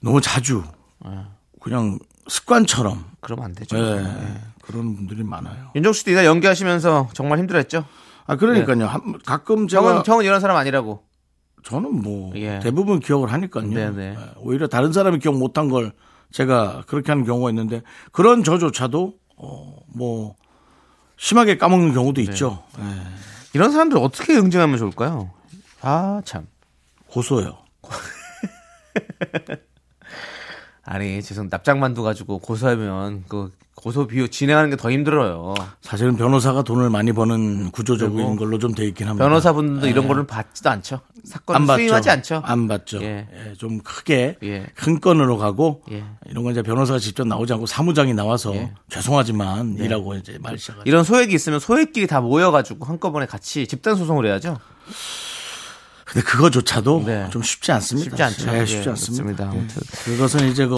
S2: 너무 자주 그냥 습관처럼
S3: 그러면 안 되죠.
S2: 예.
S3: 네.
S2: 그런 분들이 많아요.
S3: 윤정수 씨도 이날 연기하시면서 정말 힘들었죠.
S2: 아 그러니까요.
S3: 네.
S2: 한- 가끔 제가
S3: 형은 형은 이런 사람 아니라고.
S2: 저는 뭐
S3: 예.
S2: 대부분 기억을 하니까요.
S3: 네네.
S2: 예, 오히려 다른 사람이 기억 못한 걸 제가 그렇게 하는 경우가 있는데 그런 저조차도 어, 뭐 심하게 까먹는 경우도
S3: 네.
S2: 있죠. 예,
S3: 이런 사람들 어떻게 응징하면 좋을까요? 아 참.
S2: 고소요.
S3: 아니 죄송 납작만두 가지고 고소하면 그 고소 비유 진행하는 게 더 힘들어요.
S2: 사실은 변호사가 돈을 많이 버는 구조적인 걸로 좀 돼 있긴 합니다.
S3: 변호사분들도 이런 거를 받지도 않죠. 사건
S2: 예. 안 받죠.
S3: 수임하지 않죠.
S2: 안 받죠.
S3: 예.
S2: 예, 좀 크게
S3: 예.
S2: 큰 건으로 가고
S3: 예.
S2: 이런 건 이제 변호사가 직접 나오지 않고 사무장이 나와서 죄송하지만 이라고 이제 말 시작하죠.
S3: 네. 이런 소액이 있으면 소액끼리 다 모여가지고 한꺼번에 같이 집단 소송을 해야죠.
S2: 근데 그거조차도
S3: 네.
S2: 좀 쉽지 않습니다.
S3: 쉽지 않죠.
S2: 예, 쉽지
S3: 예,
S2: 않습니다.
S3: 그렇습니다.
S2: 예.
S3: 아무튼.
S2: 그것은 이제 그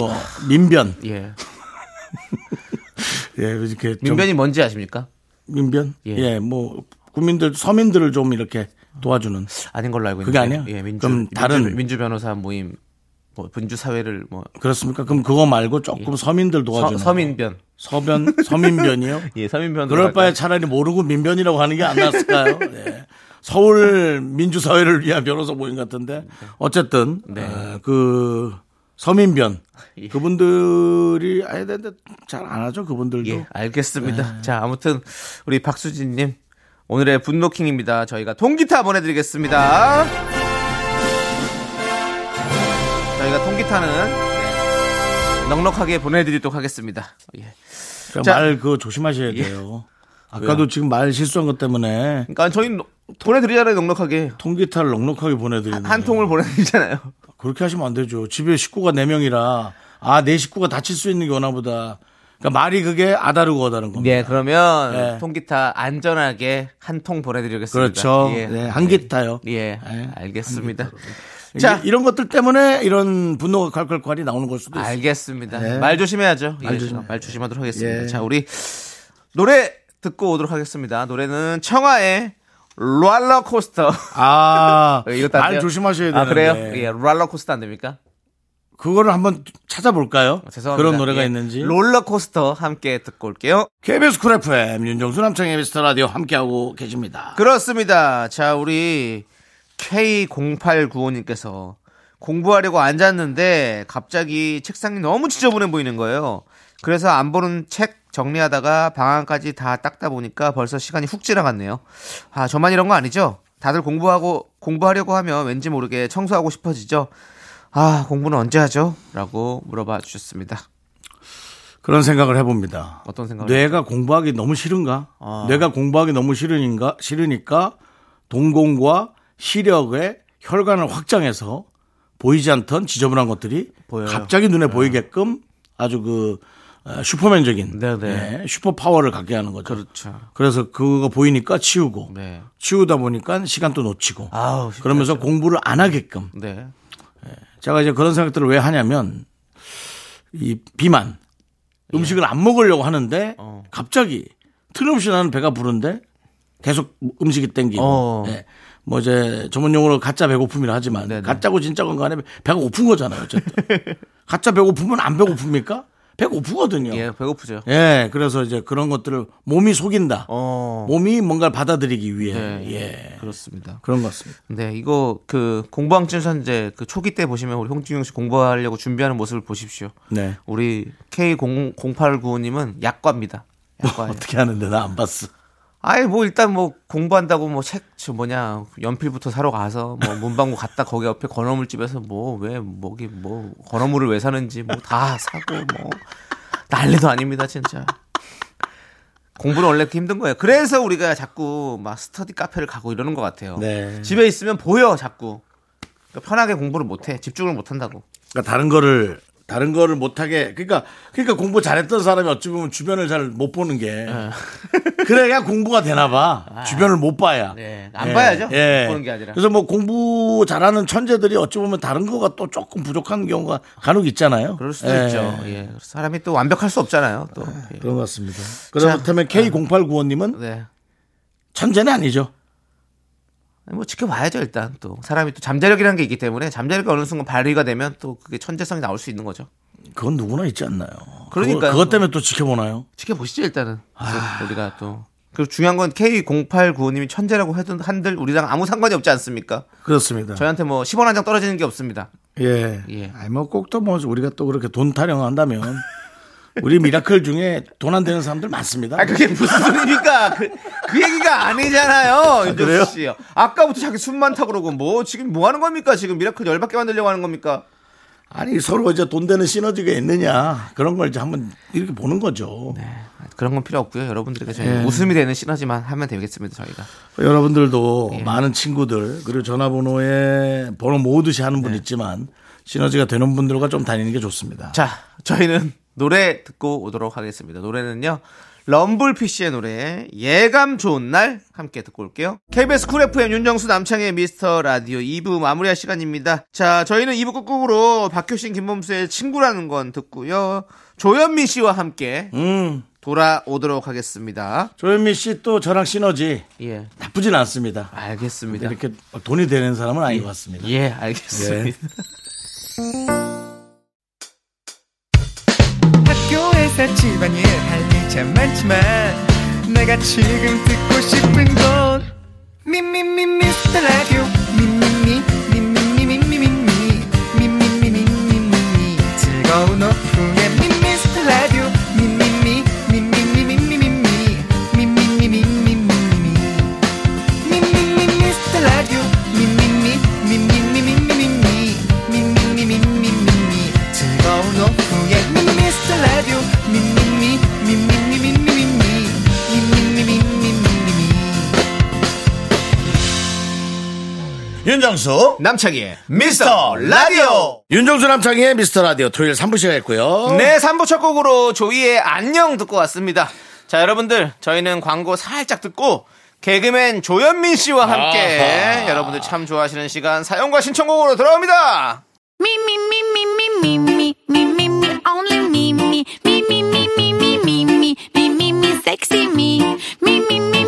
S2: 민변.
S3: 예.
S2: 예, 이렇게 좀
S3: 민변이 뭔지 아십니까?
S2: 민변?
S3: 예.
S2: 예. 뭐 국민들 서민들을 좀 이렇게 도와주는
S3: 아닌 걸로 알고
S2: 그게
S3: 있는데.
S2: 아니에요?
S3: 예, 민주,
S2: 그럼
S3: 민주-
S2: 다른-
S3: 민주 변호사 모임, 뭐 분주 사회를 뭐
S2: 그렇습니까? 그럼 그거 말고 조금 서민들 도와주는
S3: 예. 서, 민변
S2: 서변 서민변이요?
S3: [LAUGHS] 예, 서민변.
S2: 그럴 바에 차라리 모르고 민변이라고 하는 게 안 낫을까요? 예. 서울 민주사회를 위한 변호사 모임 같은데 어쨌든 어, 그 서민변
S3: 네. 예.
S2: 그분들이 아야 되는데 잘 안 하죠 그분들도
S3: 예, 알겠습니다.
S2: 네.
S3: 자, 아무튼 우리 박수진님 오늘의 분노킹입니다. 저희가 통기타 보내드리겠습니다. 저희가 통기타는 네, 넉넉하게 보내드리도록 하겠습니다. 예. 자.
S2: 말 그거 조심하셔야 돼요. 예. 아까도 지금 말 실수한 것 때문에
S3: 그러니까 저희는 보내드리잖아요, 넉넉하게.
S2: 통기타를 넉넉하게 보내드리는
S3: 아, 한
S2: 거예요.
S3: 통을 보내드리잖아요.
S2: 그렇게 하시면 안 되죠. 집에 식구가 4명이라 아, 내 식구가 다칠 수 있는 게 원하보다. 그러니까 말이 그게 아다르고 어다른 겁니다.
S3: 예, 그러면
S2: 예.
S3: 통기타 안전하게 한 통 보내드리겠습니다.
S2: 그렇죠.
S3: 예.
S2: 네, 한기타요.
S3: 예,
S2: 예,
S3: 알겠습니다.
S2: 이게
S3: 자,
S2: 이런 것들 때문에 이런 분노가 콸콸콸이 나오는 걸 수도 있어요.
S3: 알겠습니다.
S2: 네.
S3: 말 조심해야죠.
S2: 예.
S3: 예, 말,
S2: 말
S3: 조심.
S2: 조심해요.
S3: 말 조심하도록 하겠습니다.
S2: 예.
S3: 자, 우리 노래 듣고 오도록 하겠습니다. 노래는 청하의 롤러코스터. [LAUGHS]
S2: 아,
S3: 어, 이것도 안
S2: 말
S3: 돼요?
S2: 조심하셔야 되는데.
S3: 아, 그래요? 예, 롤러코스터 안 됩니까?
S2: 그거를 한번 찾아볼까요?
S3: 죄송합니다.
S2: 그런 노래가
S3: 예,
S2: 있는지.
S3: 롤러코스터 함께 듣고 올게요.
S2: KBS 쿨 FM 윤정수 남창의 미스터 라디오 함께하고 계십니다.
S3: 그렇습니다. 자, 우리 K0895님께서 공부하려고 앉았는데 갑자기 책상이 너무 지저분해 보이는 거예요. 그래서 안 보는 책 정리하다가 방안까지 다 닦다 보니까 벌써 시간이 훅 지나갔네요. 아, 저만 이런 거 아니죠? 다들 공부하고 공부하려고 하면 왠지 모르게 청소하고 싶어지죠. 아, 공부는 언제 하죠? 라고 물어봐 주셨습니다.
S2: 그런 생각을 해봅니다.
S3: 어떤 생각을 아.
S2: 뇌가 공부하기 너무 싫은가? 뇌가 공부하기 너무 싫으니까, 싫으니까 동공과 시력의 혈관을 확장해서 보이지 않던 지저분한 것들이
S3: 보여요. 네.
S2: 갑자기 눈에 보이게끔 아주 그 어, 슈퍼맨적인
S3: 네네.
S2: 예, 슈퍼 파워를 갖게 하는 거죠.
S3: 그렇죠.
S2: 그래서 그거 보이니까 치우고
S3: 네.
S2: 치우다 보니까 시간도 놓치고
S3: 아우, 그렇죠. 쉽지
S2: 그러면서 공부를 안 하게끔
S3: 네.
S2: 제가 이제 그런 생각들을 왜 하냐면 이 비만 음식을 안 먹으려고 하는데
S3: 예. 어.
S2: 갑자기 틀림없이 나는 배가 부른데 계속 음식이 땡기고
S3: 어.
S2: 예. 뭐 이제 전문 용어로 가짜 배고픔이라 하지만
S3: 네네.
S2: 가짜고 진짜건 간에 배가 고픈 거잖아요
S3: [LAUGHS]
S2: 어쨌든 가짜 배고픔은 안 배고픕니까? 배고프거든요.
S3: 예,
S2: 예.
S3: 배고프죠.
S2: 그래서 이제 그런 것들을 몸이 속인다.
S3: 어.
S2: 몸이 뭔가를 받아들이기 위해
S3: 네.
S2: 예
S3: 그렇습니다.
S2: 그런 것 같습니다.
S3: 네, 이거 그 공부왕진 선제 그 초기 때 보시면 우리 홍진영 씨 공부하려고 준비하는 모습을 보십시오.
S2: 네
S3: 우리 K0895님은 약과입니다. 약과예요.
S2: 어떻게 하는데 나 안 봤어.
S3: 아예 뭐 일단 뭐 공부한다고 뭐 책 저 뭐냐 연필부터 사러 가서 뭐 문방구 갔다 거기 옆에 건어물집에서 뭐 왜 뭐기 뭐 건어물을 왜 사는지 뭐 다 사고 뭐 난리도 아닙니다, 진짜. 공부는 원래 이렇게 힘든 거예요. 그래서 우리가 자꾸 막 스터디 카페를 가고 이러는 것 같아요.
S2: 네.
S3: 집에 있으면 보여, 자꾸. 그러니까 편하게 공부를 못해. 집중을 못한다고.
S2: 그러니까 다른 거를 다른 거를 못하게 그러니까 그러니까 공부 잘했던 사람이 어찌 보면 주변을 잘 못 보는 게
S3: 어.
S2: [LAUGHS] 그래야 공부가 되나 봐 주변을 못 봐야
S3: 아.
S2: 예,
S3: 네, 안 봐야죠. 못 보는 게 아니라.
S2: 그래서 뭐 공부 잘하는 천재들이 어찌 보면 다른 거가 또 조금 부족한 경우가 간혹 있잖아요
S3: 그럴 수도
S2: 예.
S3: 있죠. 예. 사람이 또 완벽할 수 없잖아요. 또. 예.
S2: 그런 것 같습니다
S3: 아.
S2: 그렇다면 K0895님은
S3: 네.
S2: 천재는 아니죠
S3: 뭐 지켜봐야죠 일단 또 사람이 또 잠재력이라는 게 있기 때문에 잠재력이 어느 순간 발휘가 되면 또 그게 천재성이 나올 수 있는 거죠.
S2: 그건 누구나 있지 않나요
S3: 그러니까요.
S2: 그거- 그것 때문에 또 지켜보나요
S3: 지켜보시죠 일단은 우리가 또 아. 그리고 중요한 건 K0895님이 천재라고 해도 한들 우리랑 아무 상관이 없지 않습니까?
S2: 그렇습니다
S3: 저희한테 뭐 10원 한 장 떨어지는 게 없습니다.
S2: 예.
S3: 예.
S2: 아니 뭐 꼭 또 뭐 우리가 또 그렇게 돈 타령한다면 우리 미라클 중에 돈 안 되는 사람들 많습니다.
S3: 아 그게 무슨 소리입니까? 그, 그 얘기가 아니잖아요, 윤정 씨. 아까부터 자기 숨 많다고 그러고 뭐 지금 뭐 하는 겁니까? 지금 미라클 열받게 만들려고 하는 겁니까?
S2: 아니 서로 이제 돈 되는 시너지가 있느냐 그런 걸 이제 한번 이렇게 보는 거죠.
S3: 네. 그런 건 필요 없고요. 여러분들에게 저희 웃음이 되는 시너지만 하면 되겠습니다, 저희가.
S2: 여러분들도 많은 친구들 그리고 전화번호에 번호 모으듯이 하는 분 있지만 시너지가 되는 분들과 좀 다니는 게 좋습니다.
S3: 자, 저희는 노래 듣고 오도록 하겠습니다. 노래는요. 럼블피쉬의 노래 예감 좋은 날 함께 듣고 올게요. KBS 쿨 FM 윤정수 남창의 미스터 라디오 2부 마무리할 시간입니다. 자, 저희는 2부 끝곡으로 박효신 김범수의 친구라는 건 듣고요. 조현민 씨와 함께
S2: 음
S3: 돌아오도록 하겠습니다.
S2: 조현미 씨 또 저랑 시너지
S3: 예.
S2: 나쁘진 않습니다.
S3: 알겠습니다.
S2: 이렇게 돈이 되는 사람은 아닌 것 같습니다.
S3: 네. 예, 알겠습니다.
S6: 학교에서 집안일 할 일 참 많지만 내가 지금 듣고 싶은 건 미미미 미스터 라디오 미미미 미미미 미미미 미미미 미미미 즐거운 오후에 미스터 라디오 미미미 미미미 미미미 미미미 미미미
S2: 윤정수
S3: 남창희의 미스터 라디오!
S2: 윤정수 남창희의 미스터 라디오 토요일 3부 시작했고요.
S3: 네, 3부 첫 곡으로 조이의 안녕 듣고 왔습니다. 자, 여러분들, 저희는 광고 살짝 듣고, 개그맨 조현민 씨와 함께, 여러분들 참 좋아하시는 시간 사연과 신청곡으로 돌아옵니다!
S5: Me, me, me, me, me, me, me, me, me, me, only me, me, me, me, me, me, me, me, me, me, me, me, sexy me, me, me, me, me, me, me, me,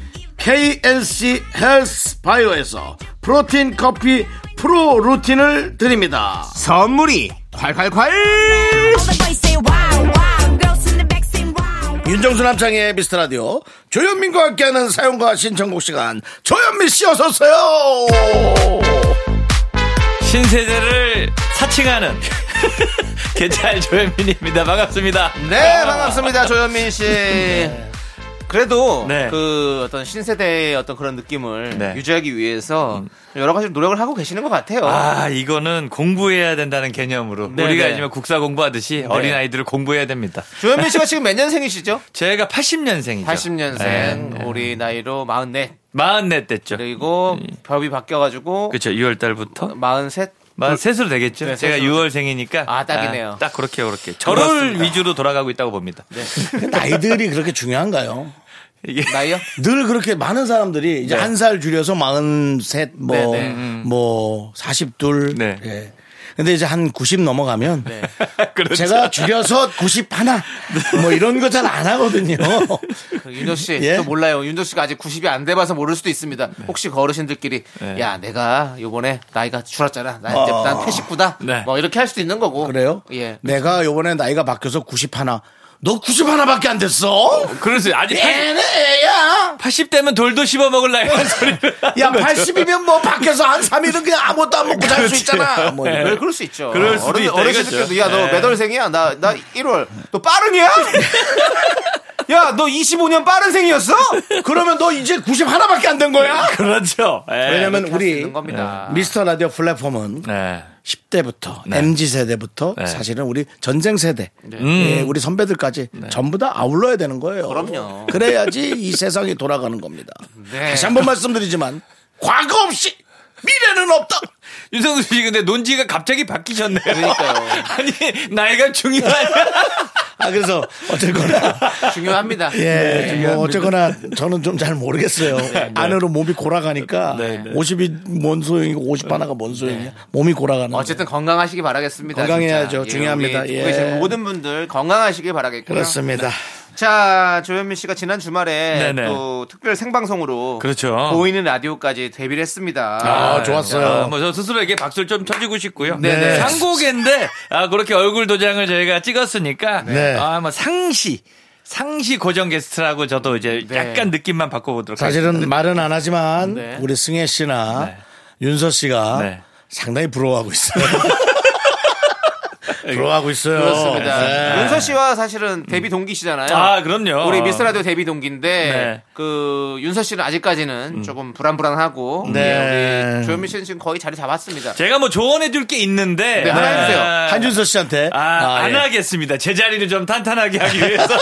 S2: KNC 헬스 바이오에서 프로틴 커피 프로 루틴을 드립니다
S3: 선물이 콸콸콸!
S5: All the boys say wow, wow, girls in the back say wow.
S2: 윤정수 남창희의 미스터 라디오 조현민과 함께하는 사용과 신청곡 시간 조현민 씨 어서 오세요
S7: 신세대를 사칭하는 [LAUGHS] 개찰 조현민입니다. 반갑습니다.
S3: 네, 반갑습니다. 조현민 씨.
S2: 네.
S3: 그래도
S7: 네.
S3: 그 어떤 신세대의 어떤 그런 느낌을
S7: 네.
S3: 유지하기 위해서
S2: 음.
S3: 여러 가지 노력을 하고 계시는 것 같아요.
S7: 아, 이거는 공부해야 된다는 개념으로
S3: 네,
S7: 우리가
S3: 네.
S7: 요즘에 국사 공부하듯이 어린 아이들을 공부해야 됩니다.
S3: 조현민 씨가 지금 몇
S2: [LAUGHS]
S3: 년생이시죠?
S7: 제가 80년생이죠.
S3: 80년생.
S2: 네. 음.
S3: 우리 나이로 44.
S7: 44 됐죠.
S3: 네. 그리고 법이 바뀌어가지고
S7: 그렇죠. 6월 달부터
S3: 43.
S7: 43으로 그 되겠죠.
S3: 네,
S7: 제가
S3: 셋으로.
S7: 6월생이니까
S3: 아, 딱이네요.
S7: 딱 그렇게 그렇게 저를
S3: 그렇습니다.
S7: 위주로 돌아가고 있다고 봅니다.
S2: 나이들이 그렇게 중요한가요?
S7: 이게
S3: 나이요?
S2: 늘 그렇게 많은 사람들이 이제 한 살 줄여서 43, 뭐,
S3: 네, 네.
S2: 뭐, 42.
S7: 네.
S2: 예. 근데 이제 한 90 넘어가면 [LAUGHS]
S7: 그렇죠.
S2: 제가 줄여서 90 하나 뭐 이런 거 잘 안 [LAUGHS] 하거든요.
S3: 그 윤조 씨,
S2: 예?
S3: 또 몰라요. 윤조 씨가 아직 90이 안 돼봐서 모를 수도 있습니다.
S7: 네.
S3: 혹시 그 어르신들끼리, 야, 내가 요번에 나이가 줄었잖아. 나 이제 난 89다.
S7: 네.
S3: 뭐 이렇게 할 수도 있는 거고.
S2: 그래요?
S3: 예.
S2: 내가 요번에 나이가 바뀌어서 90 하나. 너 90 하나밖에 안 됐어?
S7: 그래서 아직
S2: 얘네 야
S7: 80대면 돌도 씹어 먹을 나이 소리를.
S2: 야, 80이면 뭐 밖에서 한 3일은 그냥 아무것도 안 먹고 살 수 있잖아. 뭐
S3: 그렇죠. 네, 그럴 수 있죠.
S7: 그럴 수도
S3: 어른,
S7: 있다
S3: 어르신들께도
S7: 이거죠.
S3: 야, 너
S7: 그렇죠. 네.
S3: 몇 월생이야? 나, 나 1월. 너 빠른이야?
S2: [LAUGHS]
S3: 야, 너 25년 빠른생이었어?
S2: 그러면 너 이제 90 하나밖에 안 된 거야?
S7: 그렇죠. 예.
S2: 왜냐면
S3: 네, 뭐 할수
S2: 우리 네.
S3: 있는 겁니다.
S2: 미스터 라디오 플랫폼은
S7: 네.
S2: 10대부터
S3: 네.
S2: MZ 세대부터
S7: 네.
S2: 사실은 우리 전쟁 세대,
S7: 음.
S2: 예, 우리 선배들까지
S3: 네.
S2: 전부 다 아울러야 되는 거예요.
S3: 그럼요.
S2: 그래야지 이 세상이 돌아가는 겁니다.
S3: 네.
S2: 다시 한 번 말씀드리지만 과거 없이 미래는 없다.
S7: 윤성수 씨 근데 논지가 갑자기 바뀌셨네요.
S3: 그러니까요.
S7: [LAUGHS] 아니 나이가 중요하냐?
S2: 아 그래서
S3: [LAUGHS]
S2: 어쨌거나
S3: 네, 중요합니다.
S2: [LAUGHS] 예, 뭐 어쨌거나 저는 좀 잘
S3: [LAUGHS]
S2: 모르겠어요.
S3: 네,
S2: 안으로 몸이 골아가니까
S7: 네, 네.
S2: 50이 뭔 소용이고 50 하나가 뭔 소용이야. 몸이 골아가는.
S3: 네. 어쨌든 건강하시기 바라겠습니다.
S2: 건강해야죠.
S3: 진짜.
S2: 중요합니다.
S3: 우리
S2: 예.
S3: 듣고 계시는 모든 분들 건강하시길 바라겠고요.
S2: 그렇습니다.
S3: 네. 자, 조현민 씨가 지난 주말에
S7: 네네.
S3: 또 특별 생방송으로
S7: 그렇죠.
S3: 보이는 라디오까지 데뷔를 했습니다.
S2: 아, 좋았어요.
S7: 뭐저 스스로에게 박수를 좀 쳐주고 싶고요.
S2: 네네.
S7: 상고개인데 아, 그렇게 얼굴 도장을 저희가 찍었으니까
S2: 네.
S7: 아, 뭐 상시 상시 고정 게스트라고 저도 이제
S3: 네.
S7: 약간 느낌만 바꿔보도록
S2: 사실은 말은 안 하지만
S3: 네.
S2: 우리 승혜 씨나 윤서 씨가
S7: 네.
S2: 상당히 부러워하고
S3: [LAUGHS]
S2: 있어요. 부러워하고 있어요.
S3: 그렇습니다.
S2: 네.
S3: 윤서 씨와 사실은 데뷔 동기시잖아요.
S7: 아, 그럼요.
S3: 우리 미스 라디오 데뷔 동기인데
S7: 네.
S3: 그 윤서 씨는 아직까지는 조금 불안불안하고
S2: 네.
S3: 예, 우리 조현민 씨는 지금 거의 자리 잡았습니다.
S7: 제가 뭐 조언해줄 게 있는데
S3: 네, 하나 해주세요.
S7: 아,
S2: 한준서 씨한테
S7: 아, 안
S2: 예.
S7: 하겠습니다. 제 자리를 좀 탄탄하게 하기
S2: [LAUGHS]
S7: 위해서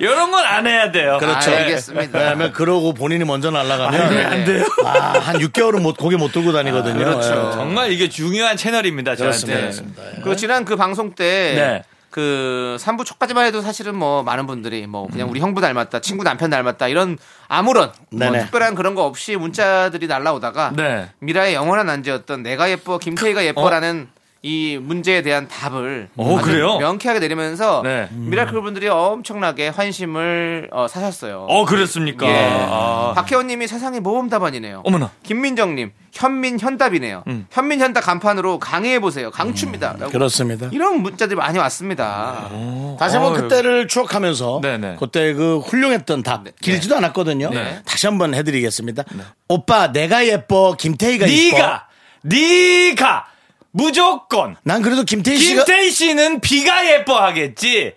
S7: 이런 건 안 해야 돼요. 예.
S2: 그렇죠.
S3: 아, 알겠습니다. 네,
S2: 왜냐하면 그러고 본인이 먼저 날아가면 안 돼요. 아, 한 6개월은 못 고개 못 들고 다니거든요.
S3: 그렇죠.
S2: 예.
S7: 정말 이게 중요한 채널입니다.
S2: 그렇습니다.
S7: 저한테.
S2: 그렇습니다. 예.
S3: 네. 그리고 지난 그 방송 때
S7: 네.
S3: 그 3부 초까지만 해도 사실은 뭐 많은 분들이 뭐 그냥
S7: 음.
S3: 우리 형부 닮았다, 친구 남편 닮았다 이런 아무런 뭐
S2: 네네.
S3: 특별한 그런 거 없이 문자들이 날라오다가
S7: 네. 어?
S3: 미라의 영원한 안지였던 내가 예뻐, 김태희가 예뻐라는 이 문제에 대한 답을
S7: 오,
S3: 아주
S7: 어, 그래요?
S3: 명쾌하게 내리면서
S7: 네.
S3: 미라클 분들이 엄청나게 환심을 어, 사셨어요.
S7: 어 그렇습니까?
S3: 예.
S7: 아.
S3: 박혜원님이 세상의 모범 답안이네요.
S7: 어머나.
S3: 김민정님 현민 현답이네요. 현민 현답 간판으로 강의해 보세요. 강추입니다. 라고
S2: 그렇습니다.
S3: 이런 문자들이 많이 왔습니다.
S2: 다시 한번 그때를 추억하면서
S7: 어, 네네. 네.
S2: 그때 그 훌륭했던 답 길지도 않았거든요. 다시 한번 해드리겠습니다. 오빠 내가 예뻐 김태희가 예뻐.
S7: 네가 네가 무조건
S2: 난 그래도 김태희 씨가
S7: 김태희 씨는 비가 예뻐하겠지.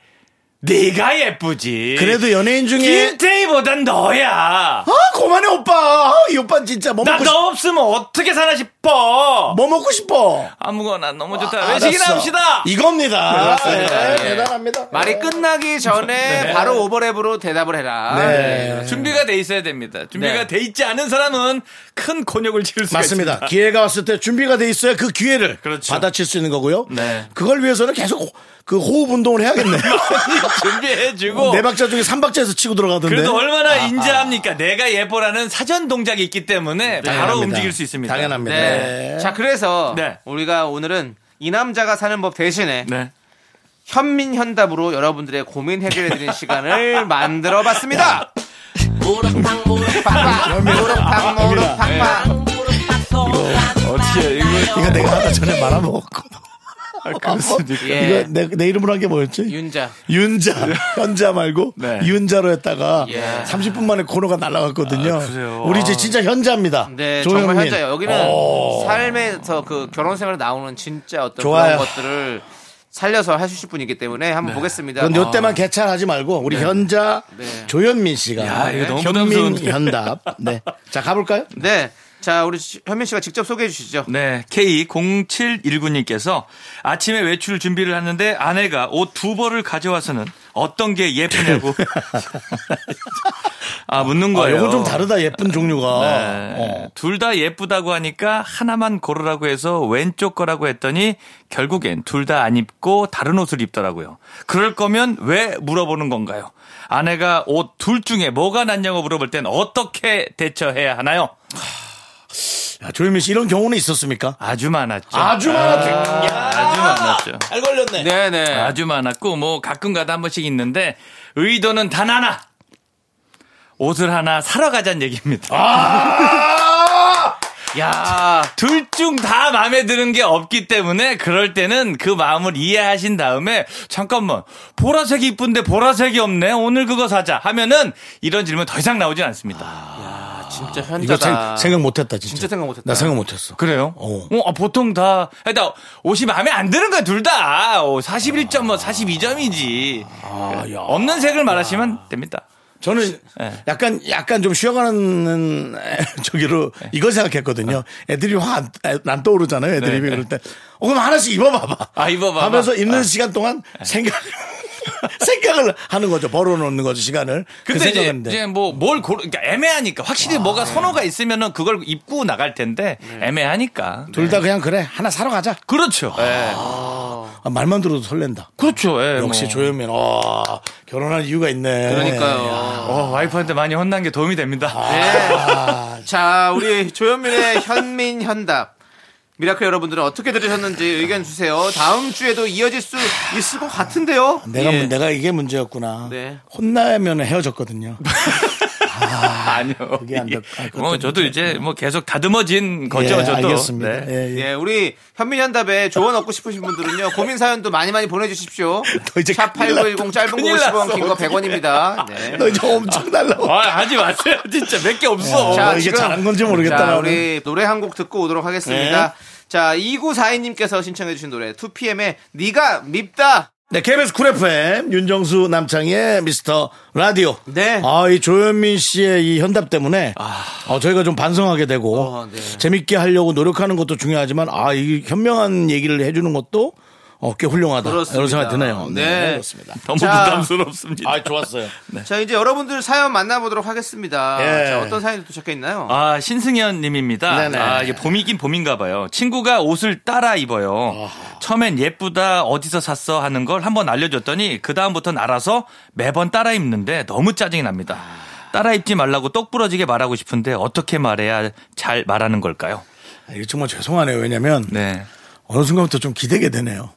S7: 네가 예쁘지.
S2: 그래도 연예인 중에
S7: 김태희보단 너야.
S2: 아 그만해 오빠. 아, 이 오빠 진짜 뭐
S7: 나
S2: 먹고 싶어.
S7: 너 없으면 어떻게 사나 싶어.
S2: 뭐 먹고 싶어.
S7: 아무거나 너무 좋다.
S2: 아,
S7: 외식이나
S2: 알았어.
S7: 합시다.
S2: 이겁니다.
S3: 그렇습니다.
S2: 네,
S3: 예.
S2: 대단합니다.
S3: 말이 끝나기 전에 바로 오버랩으로 대답을 해라.
S2: 네.
S7: 준비가 돼 있어야 됩니다. 준비가
S3: 네.
S7: 돼 있지 않은 사람은 큰 곤욕을 치를 수가
S2: 네. 맞습니다.
S7: 있습니다.
S2: 기회가 왔을 때 준비가 돼 있어야 그 기회를
S7: 그렇죠.
S2: 받아칠 수 있는 거고요.
S7: 네.
S2: 그걸 위해서는 계속 호- 그 호흡
S7: [LAUGHS]
S2: 운동을 해야겠네요.
S7: 준비해주고
S2: 네 박자 중에 삼박자에서 치고 들어가던데.
S7: 그래도 얼마나
S2: 아.
S7: 인자합니까? 내가 예뻐라는 사전 동작이 있기 때문에 바로
S2: 당연합니다.
S7: 움직일 수 있습니다.
S2: 네, 당연합니다.
S3: 네. 자, 그래서
S7: 네.
S3: 우리가 오늘은 이 남자가 사는 법 대신에
S7: 네.
S3: 현민 현답으로 여러분들의 고민 해결해 드리는 시간을 만들어 봤습니다. 모르탕 모르탕 모르탕 모르탕
S7: 어떻게
S2: 이거 내가 하다 전에 말아먹었고. 그렇습니까?
S3: 예.
S2: [LAUGHS] 이거 내, 내 이름으로 한 게 뭐였지?
S3: 윤자.
S2: 윤... 자 현자 말고
S7: [LAUGHS] 네.
S2: 윤자로 했다가
S3: 예.
S2: 30분 만에 코너가 날아갔거든요.
S7: 그래요?
S2: 우리 이제 진짜 현자입니다.
S3: 네,
S2: 조영민.
S3: 정말 현자예요. 여기는
S2: 오.
S3: 삶에서 그 결혼 생활에 나오는 진짜 어떤
S2: 좋아요. 네.
S3: 그런 것들을 살려서 해주실 분이기 때문에 한번 보겠습니다.
S2: 그건
S3: 아,
S2: 요 때만 개찰하지 말고 우리 현자
S3: 네.
S2: 조현민 씨가
S7: 야, 이거 너무
S2: 현민
S7: 부담스러운데.
S2: 현답. 네, 자 가볼까요?
S3: 네. 자, 우리 현민 씨가 직접 소개해 주시죠.
S7: 네, K0719님께서 아침에 외출 준비를 하는데 아내가 옷 두 벌을 가져와서는 어떤 게
S2: [LAUGHS]
S7: 예쁘냐고. 아, 묻는
S2: 아,
S7: 거예요.
S2: 요건 좀 다르다 예쁜 종류가. 어.
S7: 네. 둘 다 예쁘다고 하니까 하나만 고르라고 해서 왼쪽 거라고 했더니 결국엔 둘 다 안 입고 다른 옷을 입더라고요. 그럴 거면 왜 물어보는 건가요? 아내가 옷 둘 중에 뭐가 낫냐고 물어볼 땐 어떻게 대처해야 하나요?
S2: 야, 조현민 씨 이런 경우는 있었습니까?
S7: 아주 많았죠.
S2: 아주 많았죠. 야,
S7: 아주 많았죠.
S2: 잘 걸렸네.
S8: 네네.
S7: 아주 많았고 뭐 가끔가다 한 번씩 있는데 의도는 단 하나. 옷을 하나 사러 가자는 얘기입니다.
S8: 야,
S7: 둘 중 다 마음에 드는 게 없기 때문에 그럴 때는 그 마음을 이해하신 다음에 잠깐만 보라색이 이쁜데 보라색이 없네 오늘 그거 사자 하면은 이런 질문 더 이상 나오진 않습니다.
S8: 아, 진짜
S2: 이거
S8: 현자다.
S2: 생, 생각 못했다 진짜.
S8: 진짜 생각 못했다.
S2: 나 생각 못했어.
S7: 그래요?
S2: 어.
S7: 어, 아, 보통 다 일단 옷이 마음에 안 드는 거야 둘 다. 41점 뭐 42점이지. 없는 색을 말하시면 됩니다.
S2: 예. 저는 약간 약간 좀 쉬어가는 [LAUGHS] 저기로 이걸 생각했거든요. 애들이 화안 안 떠오르잖아요. 애들이
S7: 네,
S2: 그럴 때. 어, 그럼 하나씩 입어봐봐.
S7: 아, 입어봐봐.
S2: 하면서 입는 시간 동안 생각 [LAUGHS] 생각을 하는 거죠. 벌어놓는 거죠 시간을. 그
S7: 근데 이제,
S2: 생각인데. 아, 네.
S7: 이제 뭐 뭘 고르, 그러니까 애매하니까 확실히 뭐가 선호가 있으면은 그걸 입고 나갈 텐데 애매하니까.
S2: 둘 다 그냥 그래 하나 사러 가자.
S7: 그렇죠.
S2: 네.
S7: 예.
S2: 아, 말만 들어도 설렌다.
S7: 그렇죠. 예,
S2: 역시
S7: 뭐.
S2: 조현민, 어, 결혼한 이유가 있네.
S8: 그러니까요.
S7: 어, 와이프한테 많이 혼난 게 도움이 됩니다.
S2: 아,
S7: 네.
S3: 네. [LAUGHS] 자, 우리 조현민의 [LAUGHS] 현민 현답. 미라클 여러분들은 어떻게 들으셨는지 의견 주세요. 다음 주에도 이어질 수 있을 것 같은데요.
S2: 내가
S3: 예.
S2: 내가 이게 문제였구나.
S3: 네.
S2: 혼나면
S3: [LAUGHS]
S2: 헤어졌거든요.
S7: 아, 니요
S2: 그게 안 됐- 아, 그것도
S7: 뭐 저도 이제 뭐 계속 다듬어진 거죠.
S2: 예,
S7: 저도.
S2: 알겠습니다.
S7: 네.
S2: 예, 예.
S3: 예, 우리 현민 현답에 조언 얻고 싶으신 분들은요. 고민 사연도 많이 많이 보내주십시오.
S2: 너 이제
S3: 샵
S2: 큰일
S3: 8910 짧은 거
S7: 큰일
S3: 50원,
S7: 났어.
S3: 긴 거 100원입니다. 네.
S2: 너 이제 엄청
S3: 어.
S2: 날라와.
S7: 아, 하지 마세요. [LAUGHS] 진짜 몇 개 없어.
S2: 야, 뭐 이게 잘한 건지 모르겠다,
S3: 자,
S2: 나는.
S3: 우리 노래 한 곡 듣고 오도록 하겠습니다. 자, 2942님께서 신청해주신 노래 2PM의 네가 밉다.
S2: 네, KBS 쿨 FM 윤정수 남창희의 미스터 라디오.
S3: 네. 아.
S2: 아, 이 조현민 씨의 이 현답 때문에 어, 저희가 좀 반성하게 되고
S3: 어, 네.
S2: 재밌게 하려고 노력하는 것도 중요하지만 아, 이 현명한 얘기를 해주는 것도 어, 꽤 훌륭하다.
S3: 그렇습니다.
S2: 이런 생각이 드네요.
S3: 네.
S2: 그렇습니다.
S7: 너무
S3: 자.
S7: 부담스럽습니다.
S2: 아, 좋았어요.
S3: 자, 이제 여러분들 사연 만나보도록 하겠습니다.
S2: 예.
S3: 자, 어떤 사연이 도착해 있나요?
S7: 아, 신승현 님입니다.
S2: 네네.
S7: 아, 이게 봄이긴 봄인가 봐요. 친구가 옷을 따라 입어요. 처음엔 예쁘다, 어디서 샀어 하는 걸 한번 알려줬더니 그다음부터는 알아서 매번 따라 입는데 너무 짜증이 납니다.
S2: 아.
S7: 따라 입지 말라고 똑 부러지게 말하고 싶은데 어떻게 말해야 잘 말하는 걸까요?
S2: 아, 이거 정말 죄송하네요. 왜냐면
S7: 네.
S2: 어느 순간부터 좀 기대게 되네요.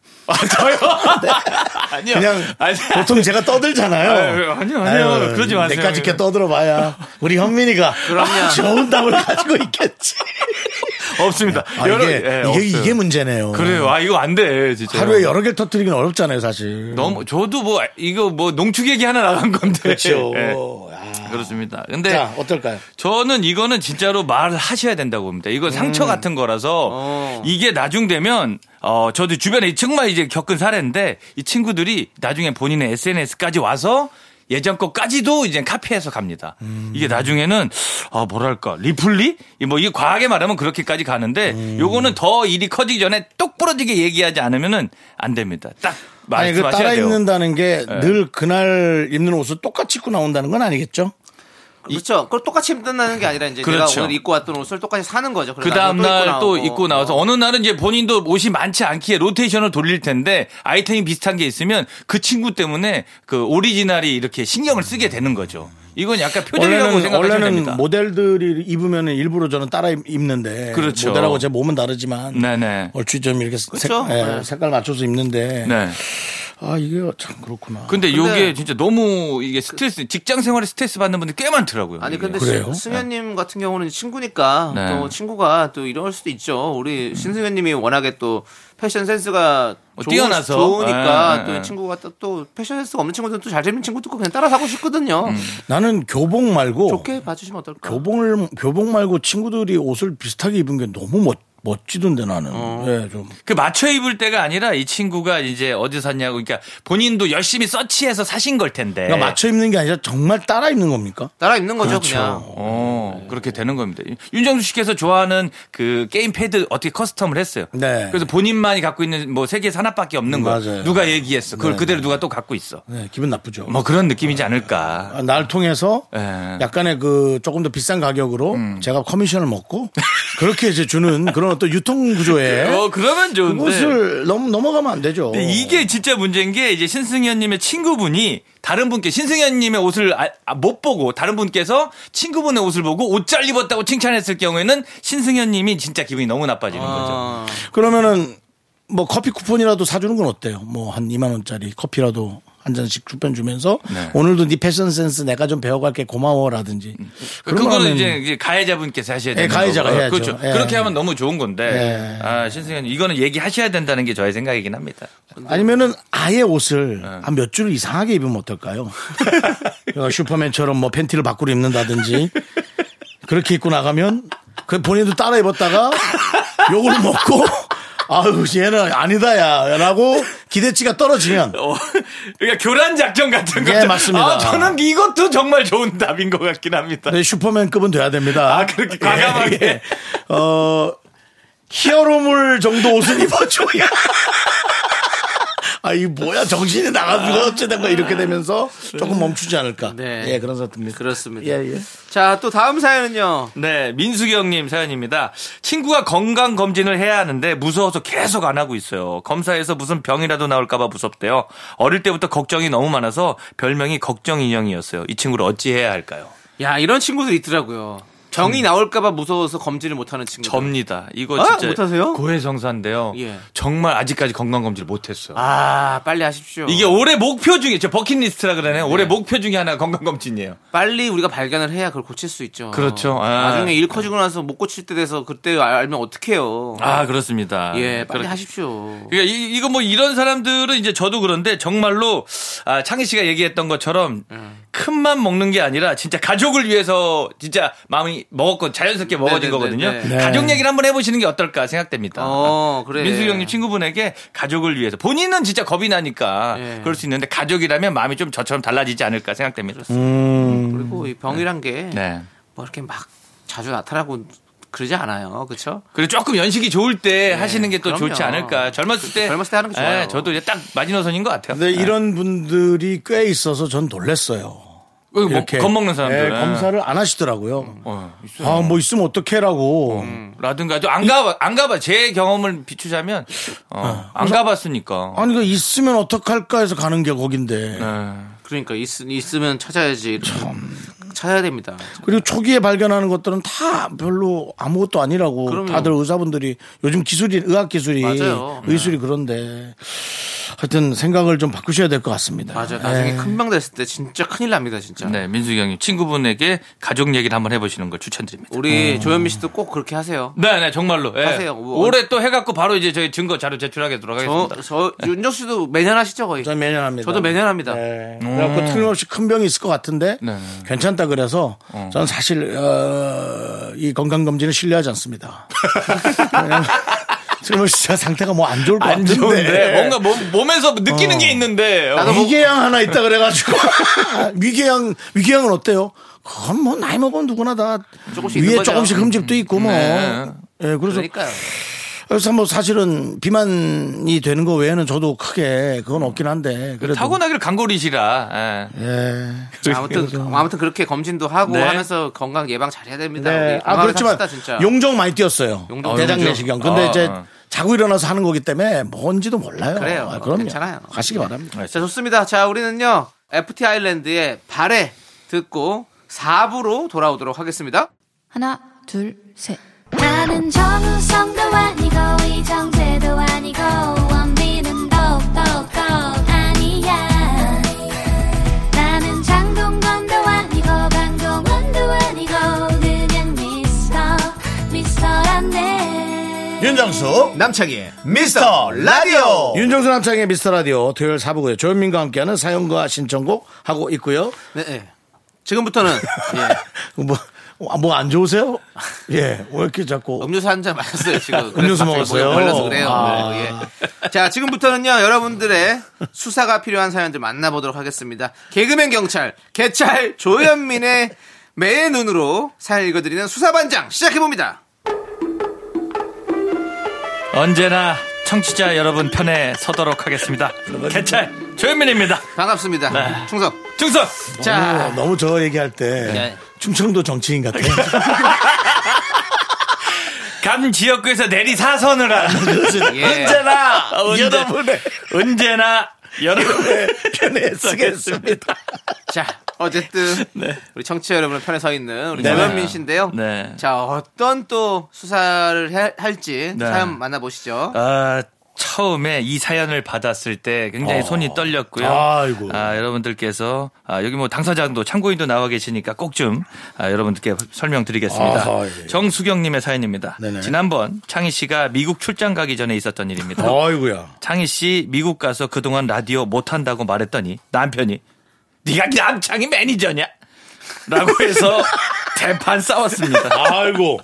S2: 아, 저요? 그냥
S7: 아니,
S2: 보통 제가 떠들잖아요.
S7: 아유, 아니요, 아니요. 그러지 마세요.
S2: 내까지 이렇게 떠들어봐야 우리 현민이가 아,
S3: 그럼요.
S2: 좋은 답을 가지고 있겠지.
S7: 없습니다. [LAUGHS]
S2: 아,
S7: 여러-
S2: 이게,
S7: 예,
S2: 이게,
S7: 없어요.
S2: 이게 문제네요.
S7: 그래요. 아, 이거 안 돼, 진짜.
S2: 하루에 여러 개를 터뜨리기는 어렵잖아요, 사실.
S7: 너무 저도 뭐 이거 뭐 농축 얘기 하나 나간 건데.
S2: 그렇죠.
S7: 예, 네.
S2: 아.
S7: 그렇습니다. 근데
S2: 자, 어떨까요?
S7: 저는 이거는 진짜로 말하셔야 된다고 봅니다. 이건 상처
S2: 음.
S7: 같은 거라서
S2: 어.
S7: 이게 나중 되면 어 저도 주변에 정말 이제 겪은 사례인데 이 친구들이 나중에 본인의 SNS까지 와서 예전 거까지도 이제 카피해서 갑니다.
S2: 음.
S7: 이게 나중에는 아 뭐랄까 리플리 이뭐 이게 과하게 말하면 그렇게까지 가는데
S2: 음.
S7: 요거는 더 일이 커지기 전에 똑 부러지게 얘기하지 않으면은 안 됩니다. 딱
S2: 아니, 그
S7: 말씀하셔야
S2: 따라
S7: 돼요. 예.
S2: 입는다는 게 늘 그날 입는 옷을 똑같이 입고 나온다는 건 아니겠죠?
S3: 그렇죠. 그걸 똑같이 입는다는 게 아니라 이제
S7: 그렇죠.
S3: 내가 오늘 입고 왔던 옷을 똑같이 사는 거죠.
S7: 그
S3: 그래서
S7: 다음
S3: 나중에
S7: 날 또 입고 나와서
S3: 어.
S7: 어느 날은 이제 본인도 옷이 많지 않기에 로테이션을 돌릴 텐데 아이템이 비슷한 게 있으면 그 친구 때문에 그 오리지널이 이렇게 신경을 쓰게 되는 거죠. 이건 약간 표절이라고
S2: 원래는,
S7: 생각하시면
S2: 원래는
S7: 됩니다.
S2: 모델들이 입으면 일부러 저는 따라 입- 입는데
S7: 그렇죠.
S2: 모델하고 제 몸은 다르지만
S7: 네네.
S2: 얼추 좀 이렇게 색,
S3: 그렇죠?
S2: 예,
S3: 네.
S2: 색깔 맞춰서 입는데
S7: 네.
S2: 아 이게 참 그렇구나.
S7: 근데 요게 진짜 너무 이게 스트레스, 직장 생활에 스트레스 받는 분들 꽤 많더라고요.
S3: 아니
S7: 이게.
S3: 근데
S2: 그래요?
S3: 승현님 같은 경우는 친구니까
S7: 네.
S3: 또 친구가 또 이럴 수도 있죠. 우리 신승현님이 워낙에 또 패션 센스가
S7: 어,
S3: 좋-
S7: 뛰어나서.
S3: 좋으니까
S7: 예,
S3: 또
S7: 예, 예.
S3: 친구가 또, 또 패션 센스가 없는 친구들은 또 잘생긴 친구도 있고 그냥 따라 사고 싶거든요.
S2: 나는 교복 말고
S3: 좋게 봐주시면 어떨까?
S2: 교복을 교복 말고 친구들이 옷을 비슷하게 입은 게 너무 멋 멋지던데 나는. 예, 좀.
S7: 그 맞춰 입을 때가 아니라 이 친구가 이제 어디 샀냐고 그러니까 본인도 열심히 서치해서 사신 걸 텐데.
S2: 그러니까 맞춰 입는 게 아니라 정말 따라 입는 겁니까?
S3: 따라 입는 거죠 그냥
S7: 어, 그렇게 되는 겁니다. 윤정수 씨께서 좋아하는 그 게임 패드 어떻게 커스텀을 했어요.
S2: 네.
S7: 그래서 본인만이 갖고 있는 뭐 세계 산업밖에 없는 거
S2: 맞아요.
S7: 누가 얘기했어. 그걸
S2: 네.
S7: 그대로 누가 또 갖고 있어.
S2: 네, 기분 나쁘죠.
S7: 뭐 그런 느낌이지 않을까.
S2: 아, 날 통해서
S7: 예. 음.
S2: 약간의 그 조금 더 비싼 가격으로 제가 커미션을 먹고 그렇게 이제 주는 그런 그런 어떤 유통
S7: [LAUGHS]
S2: 구조에
S7: 어 그러면 좋은데.
S2: 네? 그것을 넘, 넘어가면 안 되죠.
S7: 근데 이게 진짜 문제인 게 이제 신승현님의 친구분이 다른 분께 신승현님의 옷을 아- 아, 못 보고 다른 분께서 친구분의 옷을 보고 옷 잘 입었다고 칭찬했을 경우에는 신승현님이 진짜 기분이 너무 나빠지는
S3: 어,
S7: 거죠.
S2: 그러면은 뭐 커피 쿠폰이라도 사주는 건 어때요? 뭐 한 2만 원짜리 커피라도 한 잔씩 쿠폰 주면서
S7: 네.
S2: 오늘도 네 패션 센스 내가 좀 배워갈게 고마워라든지.
S7: 음. 그거는
S2: 그러면은
S7: 이제 이제 가해자분께서 하셔야 되는
S2: 예, 가해자가
S7: 거고.
S2: 해야죠.
S7: 그렇죠.
S2: 예.
S7: 그렇게 하면 너무 좋은 건데
S2: 예.
S7: 아, 신승현님 이거는 얘기하셔야 된다는 게 저의 생각이긴 합니다.
S2: 아니면은 아예
S7: 네.
S2: 옷을 한 몇 줄을 이상하게
S7: [LAUGHS]
S2: 입으면 어떨까요? 그러니까 슈퍼맨처럼 뭐 팬티를 밖으로 입는다든지 그렇게 입고 나가면 그 본인도 따라 입었다가 욕을 먹고 아유 얘는 아니다야라고 기대치가 떨어지면
S7: 어, [LAUGHS] 그러니까 교란 작전 같은
S2: 예,
S7: 거죠.
S2: 맞습니다.
S7: 아, 저는 이것도 정말 좋은 답인 것 같긴 합니다.
S2: 네, 슈퍼맨급은 돼야 됩니다. 예,
S7: 아, 그렇게 과감하게.
S2: 어, 히어로물 정도 옷을 입어줘야. 아, 이 뭐야, 정신이 나가는 거 어쨌든
S7: 아.
S2: 가 이렇게 되면서 조금 멈추지 않을까.
S3: 네.
S2: 예, 그런 생각 듭니다.
S3: 그렇습니다.
S7: 그렇죠.
S2: 예, 예.
S3: 자 또 다음 사연은요.
S7: 네, 민수기 형님 사연입니다. 친구가 건강 검진을 해야 하는데 무서워서 계속 안 하고 있어요. 검사에서 무슨 병이라도 나올까봐 무섭대요. 어릴 때부터 걱정이 너무 많아서 별명이 걱정 인형이었어요. 이 친구를 어찌 해야 할까요?
S3: 야 이런 친구들 있더라고요. 병이 나올까봐 무서워서 검진을 못하는 친구.
S7: 접니다. 이거
S3: 아,
S7: 진짜
S3: 못하세요?
S7: 고해성사인데요.
S3: [LAUGHS] 예.
S7: 정말 아직까지 건강 검진을 못했어요.
S3: 아 빨리 하십시오.
S7: 이게 올해 목표 중에 저 버킷리스트라 그러네. 올해 목표 중에 하나 건강 검진이에요.
S3: 빨리 우리가 발견을 해야 그걸 고칠 수 있죠.
S7: 그렇죠. 아.
S3: 나중에 일 커지고 나서 못 고칠 때 돼서 그때 알- 알면 어떡해요.
S7: 아 그렇습니다.
S3: 예, 빨리
S7: 그렇-
S3: 하십시오.
S7: 그러니까 이, 이거 뭐 이런 사람들은 이제 저도 그런데 정말로 아, 창희 씨가 얘기했던 것처럼
S3: 예.
S7: 큰맘 먹는 게 아니라 진짜 가족을 위해서 진짜 마음이 먹었건 자연스럽게 먹어진
S3: 네네네네.
S7: 거거든요.
S3: 네.
S7: 가족 얘기를 한번 해보시는 게 어떨까 생각됩니다.
S3: 어, 그래.
S7: 아, 민수 형님 친구분에게 가족을 위해서 본인은 진짜 겁이 나니까
S3: 예.
S7: 그럴 수 있는데 가족이라면 마음이 좀 저처럼 달라지지 않을까 생각됩니다.
S3: 그리고 이 병이란 게 뭐
S7: 음. 네.
S3: 이렇게 막 자주 나타나고 그러지 않아요. 그렇죠?
S7: 그리고 조금 연식이 좋을 때 하시는 게 또
S3: 네, 그럼요.
S7: 좋지 않을까. 젊었을 때
S3: 젊었을 때 하는 게 좋아요.
S7: 예, 저도 이제 딱 마지노선인 것 같아요.
S2: 근데
S7: 예.
S2: 이런 분들이 꽤 있어서 전 놀랬어요.
S7: 그 뭐, 겁먹는 사람들.
S2: 예,
S7: 예.
S2: 검사를 안 하시더라고요.
S7: 어, 음. 있어요.
S2: 아, 뭐 있으면 어떡해라고.
S7: 라든가 좀 안 가봐 안 가봐 제 경험을 비추자면 어, 안 가봤으니까
S2: 아니, 그 있으면 어떡할까 해서 가는 게
S7: 네.
S2: 거긴데.
S3: 그러니까 있, 있으면 찾아야지. 찾아야 됩니다.
S2: 그리고 초기에 발견하는 것들은 다 별로 아무것도 아니라고
S3: 그럼요.
S2: 다들 의사분들이 요즘 기술이 의학 기술이
S3: 맞아요. 네.
S2: 의술이 그런데 하여튼 생각을 좀 바꾸셔야 될 것 같습니다.
S3: 맞아요. 나중에
S2: 예.
S3: 큰 병 됐을 때 진짜 큰일 납니다, 진짜.
S7: 네 민수기 형님 친구분에게 가족 얘기를 한번 해보시는 걸 추천드립니다.
S3: 우리 조현미 씨도 꼭 그렇게 하세요.
S7: 네네 정말로 예.
S3: 하세요. 뭐,
S7: 올해 또 해갖고 바로 이제 저희 증거 자료 제출하게
S3: 저,
S7: 들어가겠습니다.
S3: 저 윤정 씨도 매년 하시죠, 거의?
S2: 저는 매년 합니다.
S3: 저도 매년 합니다.
S2: 네. 그래갖고 틀림없이 큰 병이 있을 것 같은데
S7: 네, 네.
S2: 괜찮다 그래서 저는 사실 어, 이 건강 검진을 신뢰하지 않습니다. [LAUGHS] 왜냐면 틀림없이 제가 상태가 뭐 안
S3: 아,
S2: 좋을 것
S7: 안
S2: 같은데
S7: 좋은데 뭔가 몸, 몸에서 느끼는 게 있는데 어.
S3: 뭐
S2: 위궤양 하나 있다 그래가지고 [LAUGHS] 위궤양 위궤양은 어때요? 그건 뭐 나이 먹으면 누구나 다
S3: 조금씩 있는
S2: 위에
S3: 거죠.
S2: 조금씩 흠집도 있고 뭐.
S7: 네.
S2: 예, 그래서
S3: 그러니까요.
S2: 그래서 뭐 사실은 비만이 되는 거 외에는 저도 크게 그건 없긴 한데 그래도
S7: 타고나기를 강골이시라. 예.
S2: 예.
S3: 아무튼 아무튼 그렇게 검진도 하고
S7: 네.
S3: 하면서 건강 예방 잘해야 됩니다.
S2: 네.
S3: 우리
S2: 아
S3: 건강하게
S2: 그렇지만
S3: 삽시다, 진짜.
S2: 용종 많이 뛰었어요.
S3: 용종. 어.
S2: 대장
S7: 아, 용종.
S2: 내시경. 근데
S7: 아,
S2: 이제
S7: 아.
S2: 자고 일어나서 하는 거기 때문에 뭔지도 몰라요.
S3: 그래요.
S2: 아, 그럼요.
S3: 괜찮아요. 네.
S2: 가시기 바랍니다.
S3: 자 좋습니다. 자 우리는요 FT 아일랜드의 발에 듣고 4부로 돌아오도록 하겠습니다.
S5: 하나, 둘, 셋.
S9: 나는 정우성도 아니고 이정재도 아니고 원빈은 더욱더 아니야 나는 장동건도 아니고 강동원도 아니고 그냥 미스터 미스터란데
S2: 윤정수
S3: 남창희의
S2: 미스터 라디오 윤정수 남창의 미스터 라디오 토요일 4부고요 조현민과 함께하는 사연과 신청곡 하고 있고요
S3: 네, 네.
S2: [LAUGHS]
S3: 지금부터는 예,
S2: 뭐뭐 안 좋으세요? 예왜 이렇게 자꾸
S3: 음료수 한 잔 마셨어요 지금.
S2: [LAUGHS]
S3: 그래서
S2: 음료수
S3: 갑자기
S2: 먹었어요?
S3: 목이 걸려서 그래요.
S2: 아.
S3: 네, 예. 자 지금부터는요 여러분들의 수사가 필요한 사연들 만나보도록 하겠습니다. 개그맨 경찰 개찰 조현민의 매의 눈으로 사연 읽어드리는 수사반장 시작해 봅니다.
S7: 언제나 청취자 여러분 편에 서도록 하겠습니다. 개찰 조현민입니다.
S3: 반갑습니다.
S7: 네.
S3: 충성.
S7: 중성.
S3: 자
S2: 어, 너무 저 얘기할 때
S3: 네.
S2: 충청도 정치인 같아
S7: 감 지역구에서 내리 사선을 하는 네. 아,
S3: 예.
S7: 언제나
S2: 아, 여러분의
S7: 언제나 여러분
S2: 편에 쓰겠습니다.
S3: 자, 어쨌든 우리 청취자 여러분의 편에 서 있는 우리
S7: 네.
S3: 조현민 씨인데요.
S7: 네.
S3: 자, 어떤 또 수사를 해- 할지
S7: 네.
S3: 사연 만나보시죠.
S7: 아, 처음에 이 사연을 받았을 때 굉장히 손이 떨렸고요.
S2: 어. 아이고.
S7: 아, 여러분들께서 아, 여기 뭐 당사자도 참고인도 나와 계시니까 꼭 좀 아, 여러분들께 설명드리겠습니다.
S2: 아하, 예.
S7: 정수경님의 사연입니다.
S2: 네네.
S7: 지난번 창희 씨가 미국 출장 가기 전에 있었던 일입니다.
S2: [LAUGHS] 어, 아이고야.
S7: 창희 씨 미국 가서 그동안 라디오 못 한다고 말했더니 남편이 네가 남창희 매니저냐? 라고 해서 대판 싸웠습니다.
S2: 아이고.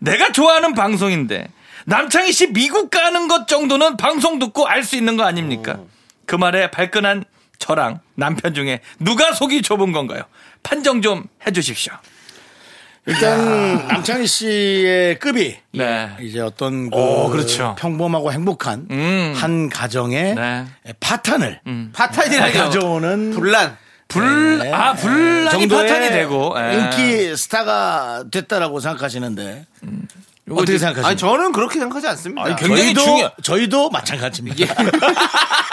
S7: 내가 좋아하는 방송인데 남창희 씨 미국 가는 것 정도는 방송 듣고 알 수 있는 거 아닙니까? 그 말에 발끈한 저랑 남편 중에 누가 속이 좁은 건가요? 판정 좀 해주십시오.
S2: 일단 남창희 씨의 급이
S7: 네.
S2: 이제 어떤 음. 그
S7: 오, 그렇죠.
S2: 평범하고 행복한 한 가정의
S7: 네.
S2: 파탄을
S3: 파탄이라뇨.
S2: 가져오는
S3: 불란.
S7: 불,
S2: 네.
S7: 아, 불난이
S2: 정도의
S7: 파탄이 되고. 예.
S2: 인기 스타가 됐다라고 생각하시는데
S7: 요거
S2: 어떻게
S7: 이제-
S2: 생각하십니까?
S3: 아니, 저는 그렇게 생각하지 않습니다.
S7: 굉장히
S2: 저희도,
S7: 중요- 예.
S2: 저희도 마찬가지입니다. [LAUGHS]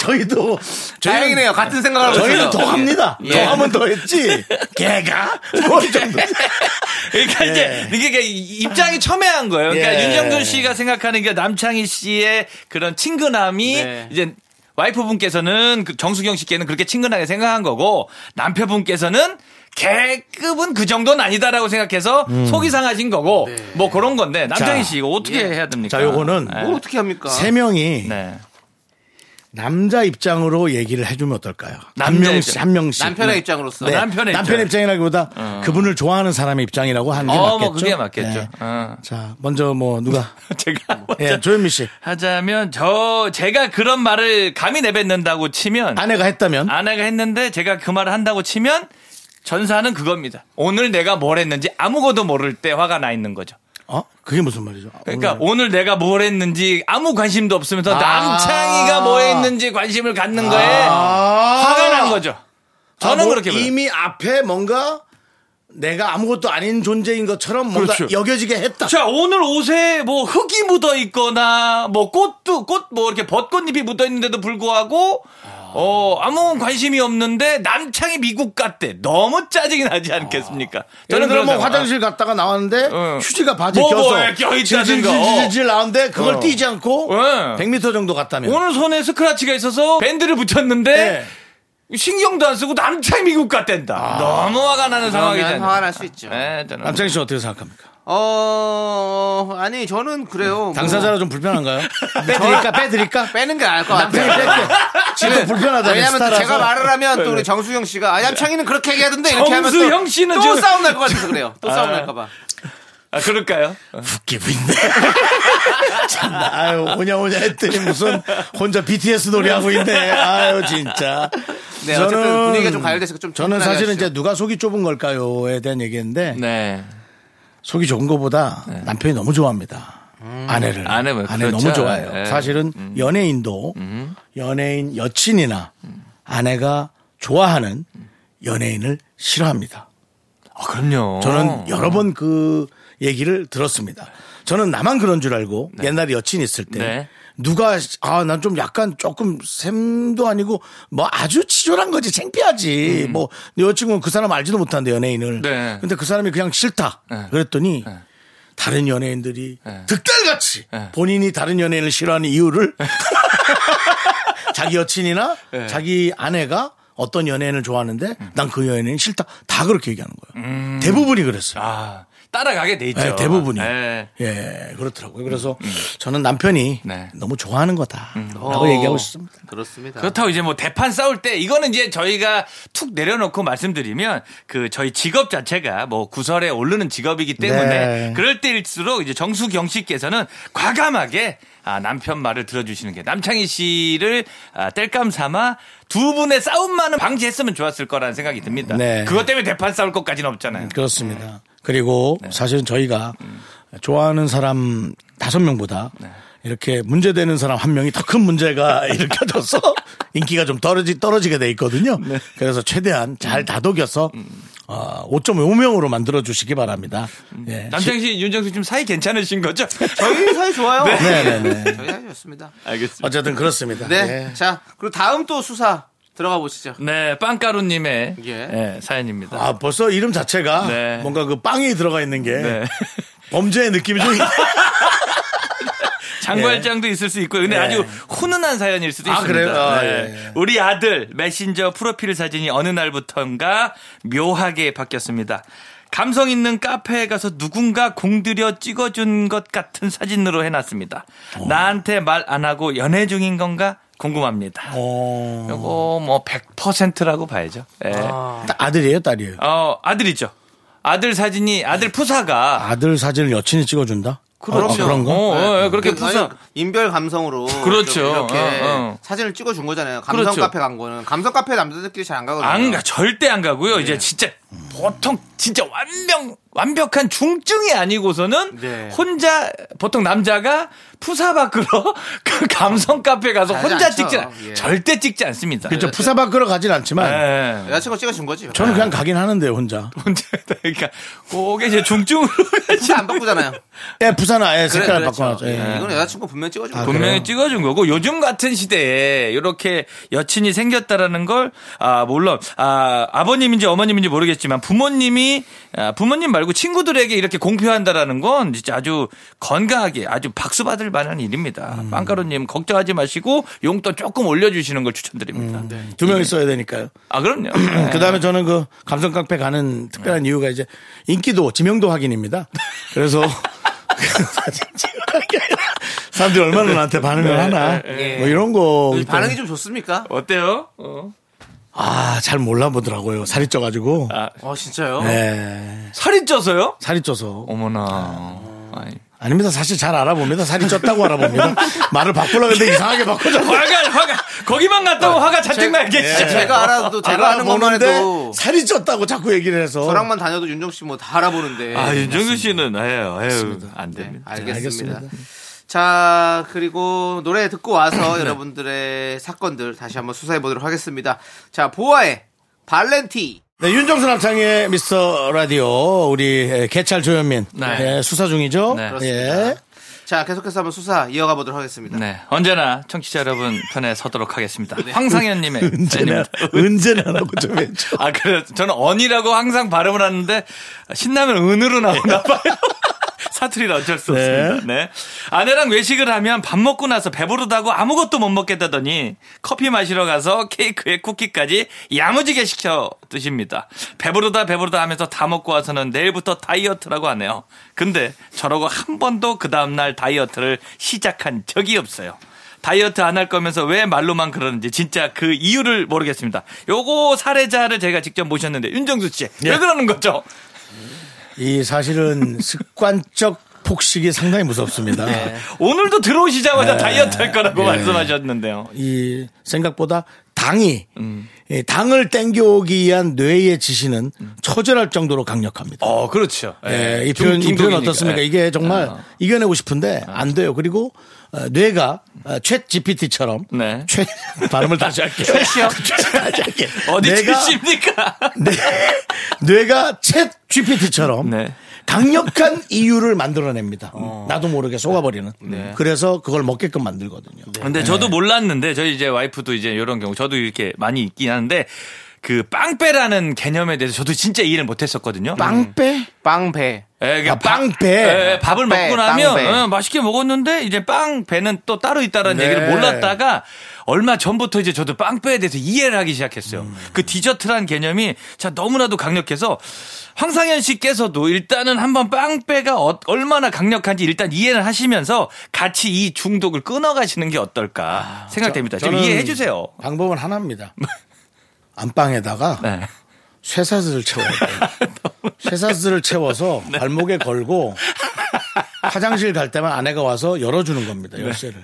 S2: 저희도 저희는
S3: 다행이네요. 같은 생각을 하고
S2: 저희는
S3: 있어요.
S7: 예.
S2: 더 갑니다. 더 하면 더 했지. 걔가 뭐
S7: 예.
S2: 이 정도.
S7: 그러니까
S2: 예.
S7: 이제 이게 입장이 첨예한 거예요. 그러니까
S2: 예.
S7: 윤정준 씨가 생각하는 게 남창희 씨의 그런 친근함이
S3: 네.
S7: 이제 와이프분께서는 그 정수경 씨께는 그렇게 친근하게 생각한 거고 남편분께서는 개급은 그 정도는 아니다라고 생각해서 속이 상하신 거고 뭐 그런 건데 남창희
S2: 음. 네. 자. 예.
S7: 씨 이거 어떻게 해야 됩니까?
S2: 자, 요거는 뭐
S7: 네.
S3: 뭘뭐 어떻게 합니까?
S2: 세 명이
S7: 네.
S2: 남자 입장으로 얘기를 해주면 어떨까요? 한
S7: 남자
S2: 명씩
S7: 입장.
S2: 한 명씩.
S3: 남편의 입장으로서.
S2: 네.
S7: 어,
S2: 남편의,
S7: 남편의 입장.
S2: 입장이라기보다 그분을 좋아하는 사람의 입장이라고 하는 게
S7: 어,
S2: 맞겠죠.
S7: 뭐 그게 맞겠죠.
S2: 네. [LAUGHS]
S7: 어.
S2: 자, 먼저 뭐 누가?
S7: 제가
S2: 예, 조현미 씨
S7: 하자면 저 제가 그런 말을 감히 내뱉는다고 치면
S2: 아내가 했다면
S7: 아내가 했는데 제가 그 말을 한다고 치면 전사는 그겁니다. 오늘 내가 뭘 했는지 아무것도 모를 때 화가 나 있는 거죠.
S2: 어? 그게 무슨 말이죠? 음.
S7: 그러니까
S2: 오늘.
S7: 오늘 내가 뭘 했는지 아무 관심도 없으면서 남창이가 뭐 했는지 관심을 갖는 거에 화가 난 거죠. 저는
S2: 아, 뭐
S7: 그렇게 봐요.
S2: 이미 앞에 뭔가 내가 아무것도 아닌 존재인 것처럼 뭔가
S7: 그렇죠.
S2: 여겨지게 했다.
S7: 자, 오늘 옷에 뭐 흙이 묻어 있거나 뭐 꽃도 꽃 뭐 이렇게 벚꽃잎이 묻어 있는데도 불구하고 어, 아무 관심이 없는데 남창이 미국 갔대. 너무 짜증이 나지 않겠습니까?
S2: 저는 그럼 뭐
S7: 그런 생각-
S2: 화장실 갔다가 나왔는데
S7: 응.
S2: 휴지가 바지
S7: 뭐,
S2: 껴서
S7: 뭐에 껴있다든가.
S2: 질질질질 나왔는데 그걸
S7: 어.
S2: 뛰지 않고
S7: 응.
S2: 100m 정도 갔다면 예.
S7: 오늘 손에 스크라치가 있어서 밴드를 붙였는데 신경도 안 쓰고 남창이 미국 갔댄다. 너무 화가 나는
S3: 그러면
S7: 상황이잖아요.
S3: 화가 날 수 있죠.
S7: 네, 저는.
S2: 아. 남창희 씨 어떻게 생각합니까?
S3: 어, 아니, 저는 그래요.
S7: 어.
S2: 당사자라 좀
S7: [LAUGHS]
S2: 불편한가요? 빼드릴까? 빼드릴까?
S3: 뭐 빼는 게 나을 것 같아요.
S2: 빼- 뺄게. 지금 불편하다.
S3: 왜냐면 또
S2: 스타라서. 네.
S3: 제가 말을 하면 또 우리 정수영 씨가 아, 얌창이는 그렇게 얘기하던데 이렇게 하면 또,
S7: 정수영 씨는
S3: 또
S7: 지금-
S3: 싸움 날 것 같아서 그래요. 또 싸움 날까 봐.
S7: 아, 그럴까요?
S2: 웃기고 있네. [LAUGHS] 참나, 아유, 오냐 오냐 했더니 무슨 혼자 BTS 노래하고 있네. 아유, 진짜.
S3: 네, 어쨌든 분위기가 좀 가열돼서 좀
S2: 저는
S3: 편하게
S2: 사실은
S3: 하시죠.
S2: 이제 누가 속이 좁은 걸까요에 대한 얘기인데
S7: 네.
S2: 속이 좁은 것보다
S3: 네.
S2: 남편이 너무 좋아합니다.
S3: 음.
S2: 아내를.
S7: 아내 뭐, 그렇죠.
S2: 너무 좋아해요.
S7: 네.
S2: 사실은 연예인도
S3: 음.
S2: 연예인 여친이나 아내가 좋아하는 연예인을 싫어합니다.
S7: 아, 그럼요.
S2: 저는 여러 번 그 얘기를 들었습니다. 저는 나만 그런 줄 알고 옛날에 여친 있을 때
S7: 네.
S2: 누가 아 난 좀 약간 조금 샘도 아니고 뭐 아주 치졸한 거지 창피하지 뭐내 여친은 그 사람 알지도 못하는데 연예인을
S7: 네.
S2: 근데 그 사람이 그냥 싫다 그랬더니 다른 연예인들이
S7: 네.
S2: 득달같이 본인이 다른 연예인을 싫어하는 이유를
S7: 네.
S2: [LAUGHS] 자기 여친이나 자기 아내가 어떤 연예인을 좋아하는데
S7: 음.
S2: 난 그 연예인 싫다 다 그렇게 얘기하는 거예요. 대부분이 그랬어요.
S7: 아, 따라가게 돼 있죠.
S2: 네, 대부분이.
S7: 네. 음.
S2: 예, 그렇더라고요. 그래서 저는 남편이
S7: 네. 음. 어.
S2: 너무 좋아하는 거다라고 얘기하고 싶습니다.
S3: 그렇습니다.
S7: 그렇다고 이제 뭐 대판 싸울 때 이거는 이제 저희가 툭 내려놓고 말씀드리면 그 저희 직업 자체가 뭐 구설에 오르는 직업이기 때문에
S2: 네.
S7: 그럴 때일수록 이제 정수경 씨께서는 과감하게 아, 남편 말을 들어주시는 게 남창희 씨를 아, 뗄감 삼아 두 분의 싸움만은 방지했으면 좋았을 거라는 생각이 듭니다.
S2: 네.
S7: 그것 때문에 대판 싸울 것까지는 없잖아요.
S2: 그렇습니다. 그리고 사실은 저희가 좋아하는 사람 다섯 명보다 이렇게 문제되는 사람 한 명이 더 큰 문제가 [LAUGHS] 일으켜져서 인기가 좀 떨어지, 떨어지게 돼 있거든요. 그래서 최대한 잘 다독여서 어, 5.5명으로 만들어 주시기 바랍니다. 예.
S7: 남창희 씨, 윤정수 씨 좀 사이 괜찮으신 거죠?
S3: 저희 사이 좋아요.
S2: 네, 네, 네.
S3: 저희 사이 좋습니다.
S7: [LAUGHS] 알겠습니다.
S2: 어쨌든 그렇습니다.
S3: 네.
S2: 예.
S3: 자, 그리고 다음 또 수사 들어가 보시죠.
S7: 네, 빵가루님의
S3: 예.
S7: 예, 사연입니다.
S2: 아 벌써 이름 자체가
S7: 네.
S2: 뭔가 그 빵이 들어가 있는 게
S7: 네.
S2: 범죄의 느낌이 좀 있다.
S7: 장관장도 있을 수 있고요. 근데
S2: 예.
S7: 아주 훈훈한 사연일 수도
S2: 아,
S7: 있습니다.
S2: 그래요? 아,
S7: 네.
S2: 예, 예.
S7: 우리 아들 메신저 프로필 사진이 어느 날부턴가 묘하게 바뀌었습니다. 감성 있는 카페에 가서 누군가 공들여 찍어준 것 같은 사진으로 해놨습니다. 나한테 말 안 하고 연애 중인 건가 궁금합니다.
S2: 어,
S7: 요거 뭐 100%라고 봐야죠. 예.
S2: 따- 아들이에요, 딸이에요.
S7: 어, 아들이죠. 아들 사진이 아들 푸사가
S2: 아들 사진을 여친이 찍어준다.
S3: 그렇죠.
S2: 아, 그런 거.
S7: 어, 어, 어, 그렇게
S3: 그,
S7: 푸사
S3: 아니, 인별 감성으로
S7: 그렇죠.
S3: 좀 이렇게
S7: 어, 어.
S3: 사진을 찍어 준 거잖아요. 감성
S7: 그렇죠.
S3: 카페 간 거는 감성 카페 남자들끼리 잘 안 가거든요.
S7: 안 가, 절대 안 가고요.
S3: 네.
S7: 이제 진짜 보통 진짜 완벽 완벽한 중증이 아니고서는
S3: 네.
S7: 혼자 보통 남자가 푸사 밖으로 [LAUGHS] 그 감성 카페 가서
S3: 가지
S7: 혼자
S3: 않죠.
S7: 찍지 않,
S3: 예.
S7: 절대 찍지 않습니다.
S2: 그렇죠. 푸사 밖으로 가진 않지만
S3: 네.
S7: 예.
S3: 여자친구 찍어 준 거지. 네.
S2: 저는
S3: [LAUGHS]
S2: 그냥 가긴 하는데 혼자.
S7: 혼자 그러니까 그게 이제 중증으로 [LAUGHS]
S3: 진짜 안 바꾸잖아요.
S2: 예, 부산은 아예
S3: 그래,
S2: 색깔을
S3: 그렇죠.
S2: 바꿔놨죠. 예. 아,
S3: 예, 이건 여자친구 분명 찍어 준 거.
S7: 분명히 찍어준 거고 요즘 같은 시대에 이렇게 여친이 생겼다라는 걸 아 물론 아 아버님인지 어머님인지 모르겠지만 부모님이 아, 부모님 말고 친구들에게 이렇게 공표한다라는 건 진짜 아주 건강하게 아주 박수 받을 만한 일입니다.
S2: 음.
S7: 빵가루님 걱정하지 마시고 용돈 조금 올려주시는 걸 추천드립니다.
S2: 두 명 있어야 되니까요.
S7: 아
S2: [CLEARS THROAT]
S7: 그럼요.
S2: 음, 네.
S3: 네.
S2: 그 다음에 저는 그 감성 카페 가는 특별한 이유가 이제 인기도 지명도 확인입니다.
S3: [LAUGHS]
S2: 그래서 사진 찍으러 가게. 사람들이 얼마나
S3: 네.
S2: 나한테 반응을 하나 뭐 이런 거
S3: 그 반응이 좀 좋습니까?
S7: 어때요? 어.
S2: 아잘 몰라 보더라고요 살이 쪄가지고
S7: 아,
S3: 어 진짜요?
S2: 네
S7: 살이 쪄서요?
S2: 살이 쪄서
S7: 어머나. 아이.
S2: 아닙니다 사실 잘 알아봅니다 살이 쪘다고
S3: [LAUGHS]
S2: 알아봅니다 말을 바꾸려고 했는데 이상하게 바꾸잖아요
S7: 화가 화가 거기만 갔다고
S2: 아,
S7: 화가 잔뜩 나
S2: 네,
S7: 계시죠.
S3: 제가 예. 알아도 제가 아는 것만
S2: 알아보는데
S3: 해도
S2: 살이 쪘다고 자꾸 얘기를 해서
S3: 저랑만 다녀도 윤정 씨 뭐 다 알아보는데.
S7: 아, 윤정수 씨는 아유, 아유, 안
S3: 네,
S7: 됩니다.
S3: 알겠습니다.
S2: 알겠습니다.
S3: 자, 그리고 노래 듣고 [COUGHS] 와서 여러분들의 사건들 다시 한번 수사해 보도록 하겠습니다. 자, 보아의 발렌티.
S2: 네, 윤정수 남창의 미스터 라디오 우리 예, 개찰 조현민
S7: 네.
S2: 예, 수사 중이죠
S7: 네.
S2: 예.
S3: 자, 계속해서 한번 수사 이어가 보도록 하겠습니다.
S7: 네, 언제나 청취자 여러분 편에 서도록 하겠습니다. [LAUGHS] 황상현님의
S2: 언제나
S7: 사연입니다.
S2: [LAUGHS] 언제나라고 좀 해줘.
S7: [LAUGHS] 아, 그래 저는 언이라고 항상 발음을 하는데 신나면 은으로 나오나 봐요. [LAUGHS] 사투리라 어쩔 수
S2: 네.
S7: 없습니다. 네. 아내랑 외식을 하면 밥 먹고 나서 배부르다고 아무것도 못 먹겠다더니 커피 마시러 가서 케이크에 쿠키까지 야무지게 시켜 드십니다. 배부르다 배부르다 하면서 다 먹고 와서는 내일부터 다이어트라고 하네요. 근데 저러고 한 번도 그 다음날 다이어트를 시작한 적이 없어요. 다이어트 안 할 거면서 왜 말로만 그러는지 진짜 그 이유를 모르겠습니다. 요거 사례자를 제가 직접 모셨는데 윤정수 씨 왜
S2: 예.
S7: 그러는 거죠?
S2: 이 사실은 습관적 폭식이 상당히 무섭습니다.
S7: 네. 오늘도
S2: 예.
S7: 들어오시자마자 다이어트 할 거라고 말씀하셨는데요.
S2: 이 생각보다 당이
S7: 음.
S2: 이 당을 땡겨오기 위한 뇌의 지시는
S7: 음.
S2: 처절할 정도로 강력합니다.
S7: 어, 그렇죠.
S2: 예, 이 표현, 이 표현 어떻습니까?
S7: 예.
S2: 이게 정말
S7: 아.
S2: 이겨내고 싶은데 안 돼요. 그리고 어, 뇌가 어, 챗 GPT처럼
S7: 네.
S2: 최 [LAUGHS] 발음을 다시 할게요. 최시요? [LAUGHS] 다시 할게요.
S7: 예. 어디
S2: 뇌가- [LAUGHS] 네.
S7: 출시입니까?
S2: 뇌, 뇌가 챗 GPT처럼
S7: 네.
S2: 강력한 이유를 만들어냅니다. 나도 모르게 속아버리는.
S7: 네.
S2: 그래서 그걸 먹게끔 만들거든요.
S7: 근데 저도 몰랐는데 저희 이제 와이프도 이제 이런 경우 저도 이렇게 많이 있긴 하는데 그 빵빼라는 개념에 대해서 저도 진짜 이해를 못했었거든요.
S2: 빵빼?
S3: 빵배.
S7: 예, 그러니까
S2: 아,
S7: 빵-
S2: 빵배.
S7: 예, 밥을
S3: 빵배,
S7: 먹고 나면
S3: 빵배.
S7: 예, 맛있게 먹었는데 이제 빵 배는 또 따로 있다라는
S2: 네.
S7: 얘기를 몰랐다가 얼마 전부터 이제 저도 빵 배에 대해서 이해를 하기 시작했어요.
S2: 음.
S7: 그 디저트란 개념이 자 너무나도 강력해서 황상현 씨께서도 일단은 한번 빵 배가 어- 얼마나 강력한지 일단 이해를 하시면서 같이 이 중독을 끊어가시는 게 어떨까 생각됩니다. 좀
S2: 아, 저는
S7: 이해해 주세요. [LAUGHS]
S2: 방법은 하나입니다. 안방에다가
S7: 네.
S2: 쇠사슬을 채워야 돼요.
S7: [LAUGHS]
S2: 쇠사슬을 채워서
S7: 네.
S2: 발목에 걸고 화장실 갈 때만 아내가 와서 열어주는 겁니다. 열쇠를.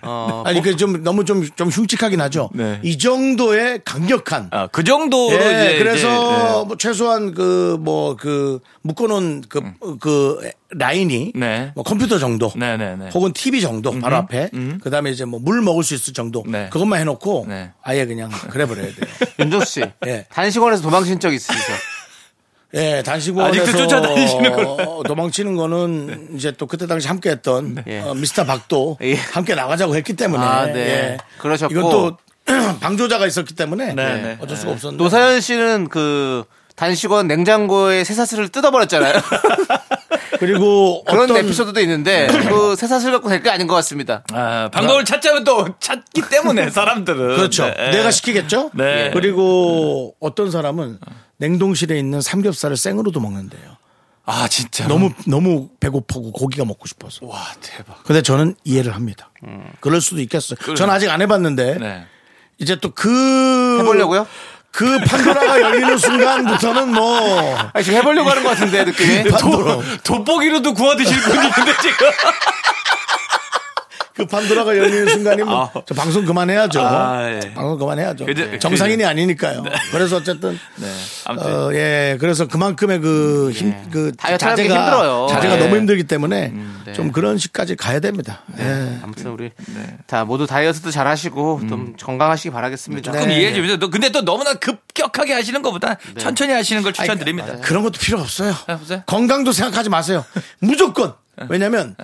S2: 아니 그 좀 너무 좀 좀 흉측하긴 하죠.
S7: 뭐 네.
S2: 이 정도의 강력한
S7: 아, 그 정도로
S2: 예,
S7: 이제
S2: 그래서
S7: 이제, 네.
S2: 뭐 최소한 그 뭐 그 묶어놓은 그, 그 라인이
S7: 음. 네.
S2: 뭐 컴퓨터 정도,
S7: 네, 네, 네.
S2: 혹은 TV 정도 바로 앞에, 그다음에 이제 뭐 물 먹을 수 있을 정도
S7: 네.
S2: 그것만 해놓고
S7: 네. [LAUGHS]
S2: 아예 그냥 그래버려야 돼요.
S3: [LAUGHS] 윤정 씨.
S2: 예.
S3: [LAUGHS] 단식원에서 도망친 적 있으시죠?
S2: 예, 단식원에서 어,
S7: 아직도 쫓아다니시는 걸로.
S2: 도망치는 거는 이제 또 그때 당시 함께했던
S3: 예.
S2: 어, 미스터 박도
S3: 예.
S2: 함께 나가자고 했기 때문에
S3: 아, 네.
S2: 예.
S3: 그러셨고.
S2: 이건 또 [CLEARS THROAT] 방조자가 있었기 때문에 예,
S7: 네, 네.
S2: 어쩔 수가 없었는데
S3: 노사연 씨는 그 단식원 냉장고에 새사슬을 [LAUGHS] 뜯어버렸잖아요.
S2: 그리고
S3: [LAUGHS] 그런
S2: 어떤
S3: 에피소드도 있는데 그 새사슬 갖고 될 게 아닌 것 같습니다.
S7: 아, 방법을 찾자면 또 찾기 때문에 사람들은
S2: 그렇죠.
S7: 네.
S2: 내가 시키겠죠. 예.
S7: 네.
S2: 그리고 어떤 사람은 냉동실에 있는 삼겹살을 생으로도 먹는데요.
S7: 아 진짜
S2: 너무 너무 배고프고 고기가 먹고 싶어서.
S7: 와 대박.
S2: 근데 저는 이해를 합니다. 그럴 수도 있겠어요. 전 아직 안 해봤는데
S7: 네.
S2: 이제 또 그
S3: 해보려고요?
S2: 그 판도라가 열리는 순간부터는 뭐
S3: 아니, 지금 해보려고 하는 것 같은데
S2: 네,
S3: 느낌이.
S2: 판도라
S7: [LAUGHS] 돋보기로도 구워 드실 분이는데 지금.
S2: 네, 그 판도라가 열리는 순간이 뭐 저 방송 그만해야죠.
S7: 아, 예.
S2: 방송 그만해야죠. 네.
S7: 그죠,
S2: 정상인이 아니니까요. 그래서 어쨌든
S7: 아무튼
S2: 어, 예, 그래서 그만큼의 그 힘, 그
S3: 다이어트 하는 게
S2: 자제가
S3: 힘들어요.
S2: 자제가
S3: 네.
S2: 너무 힘들기 때문에
S3: 네.
S2: 좀 그런 식까지 가야 됩니다. 예.
S3: 아무튼 우리
S7: 네.
S3: 다 모두 다이어트도 잘 하시고 좀 건강하시기
S7: 음.
S3: 바라겠습니다.
S2: 네.
S7: 조금 이해해 주면서 너- 근데 또 너무나 급격하게 하시는 것보다 천천히 하시는 걸 추천드립니다.
S2: 그런 것도 필요 없어요.
S7: 아, 없어요? 네.
S2: 건강도
S7: [LAUGHS]
S2: 생각하지 마세요. 무조건 왜냐하면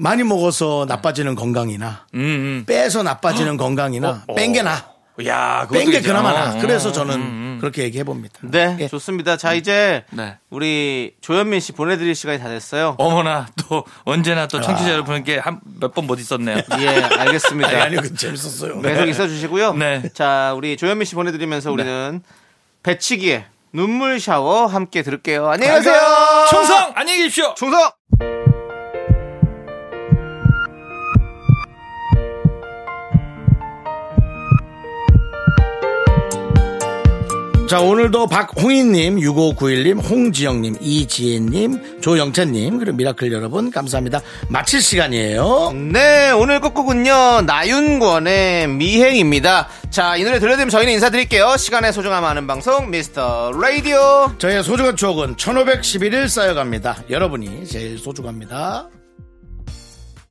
S2: 많이 먹어서 나빠지는 건강이나
S7: 음,
S2: 빼서 나빠지는 건강이나 뺀 게 나.
S7: 야, 어?
S2: 뺀
S7: 그것도
S2: 게
S7: 이제-
S2: 그나마 나.
S7: 어.
S2: 그래서 저는 그렇게 얘기해 봅니다.
S3: 네,
S2: 예.
S3: 좋습니다. 자, 이제
S7: 네.
S3: 우리 조현민 씨 보내드릴 시간이 다 됐어요.
S7: 어머나 또 언제나
S2: 아.
S7: 또 청취자 여러분께 한 몇 번 못 있었네요.
S3: 예,
S7: [LAUGHS]
S3: 알겠습니다.
S2: 아니, 아니요, 그 재밌었어요.
S3: 계속 있어 주시고요.
S7: 네.
S3: 자, 우리 조현민 씨 보내드리면서 우리는 배치기의 눈물 샤워 함께 들을게요. 안녕히 가세요.
S7: 충성 안녕히 계십시오.
S3: 충성!
S2: 네. 자, 오늘도 박홍인님, 6591님, 홍지영님, 이지혜님, 조영채님, 그리고 미라클 여러분, 감사합니다. 마칠 시간이에요.
S3: 네, 오늘 끝곡은요, 나윤권의 미행입니다. 자, 이 노래 들려드리면 저희는 인사드릴게요. 시간의 소중함 아는 방송, 미스터 라디오.
S2: 저의 소중한 추억은 1511일 쌓여갑니다. 여러분이 제일 소중합니다.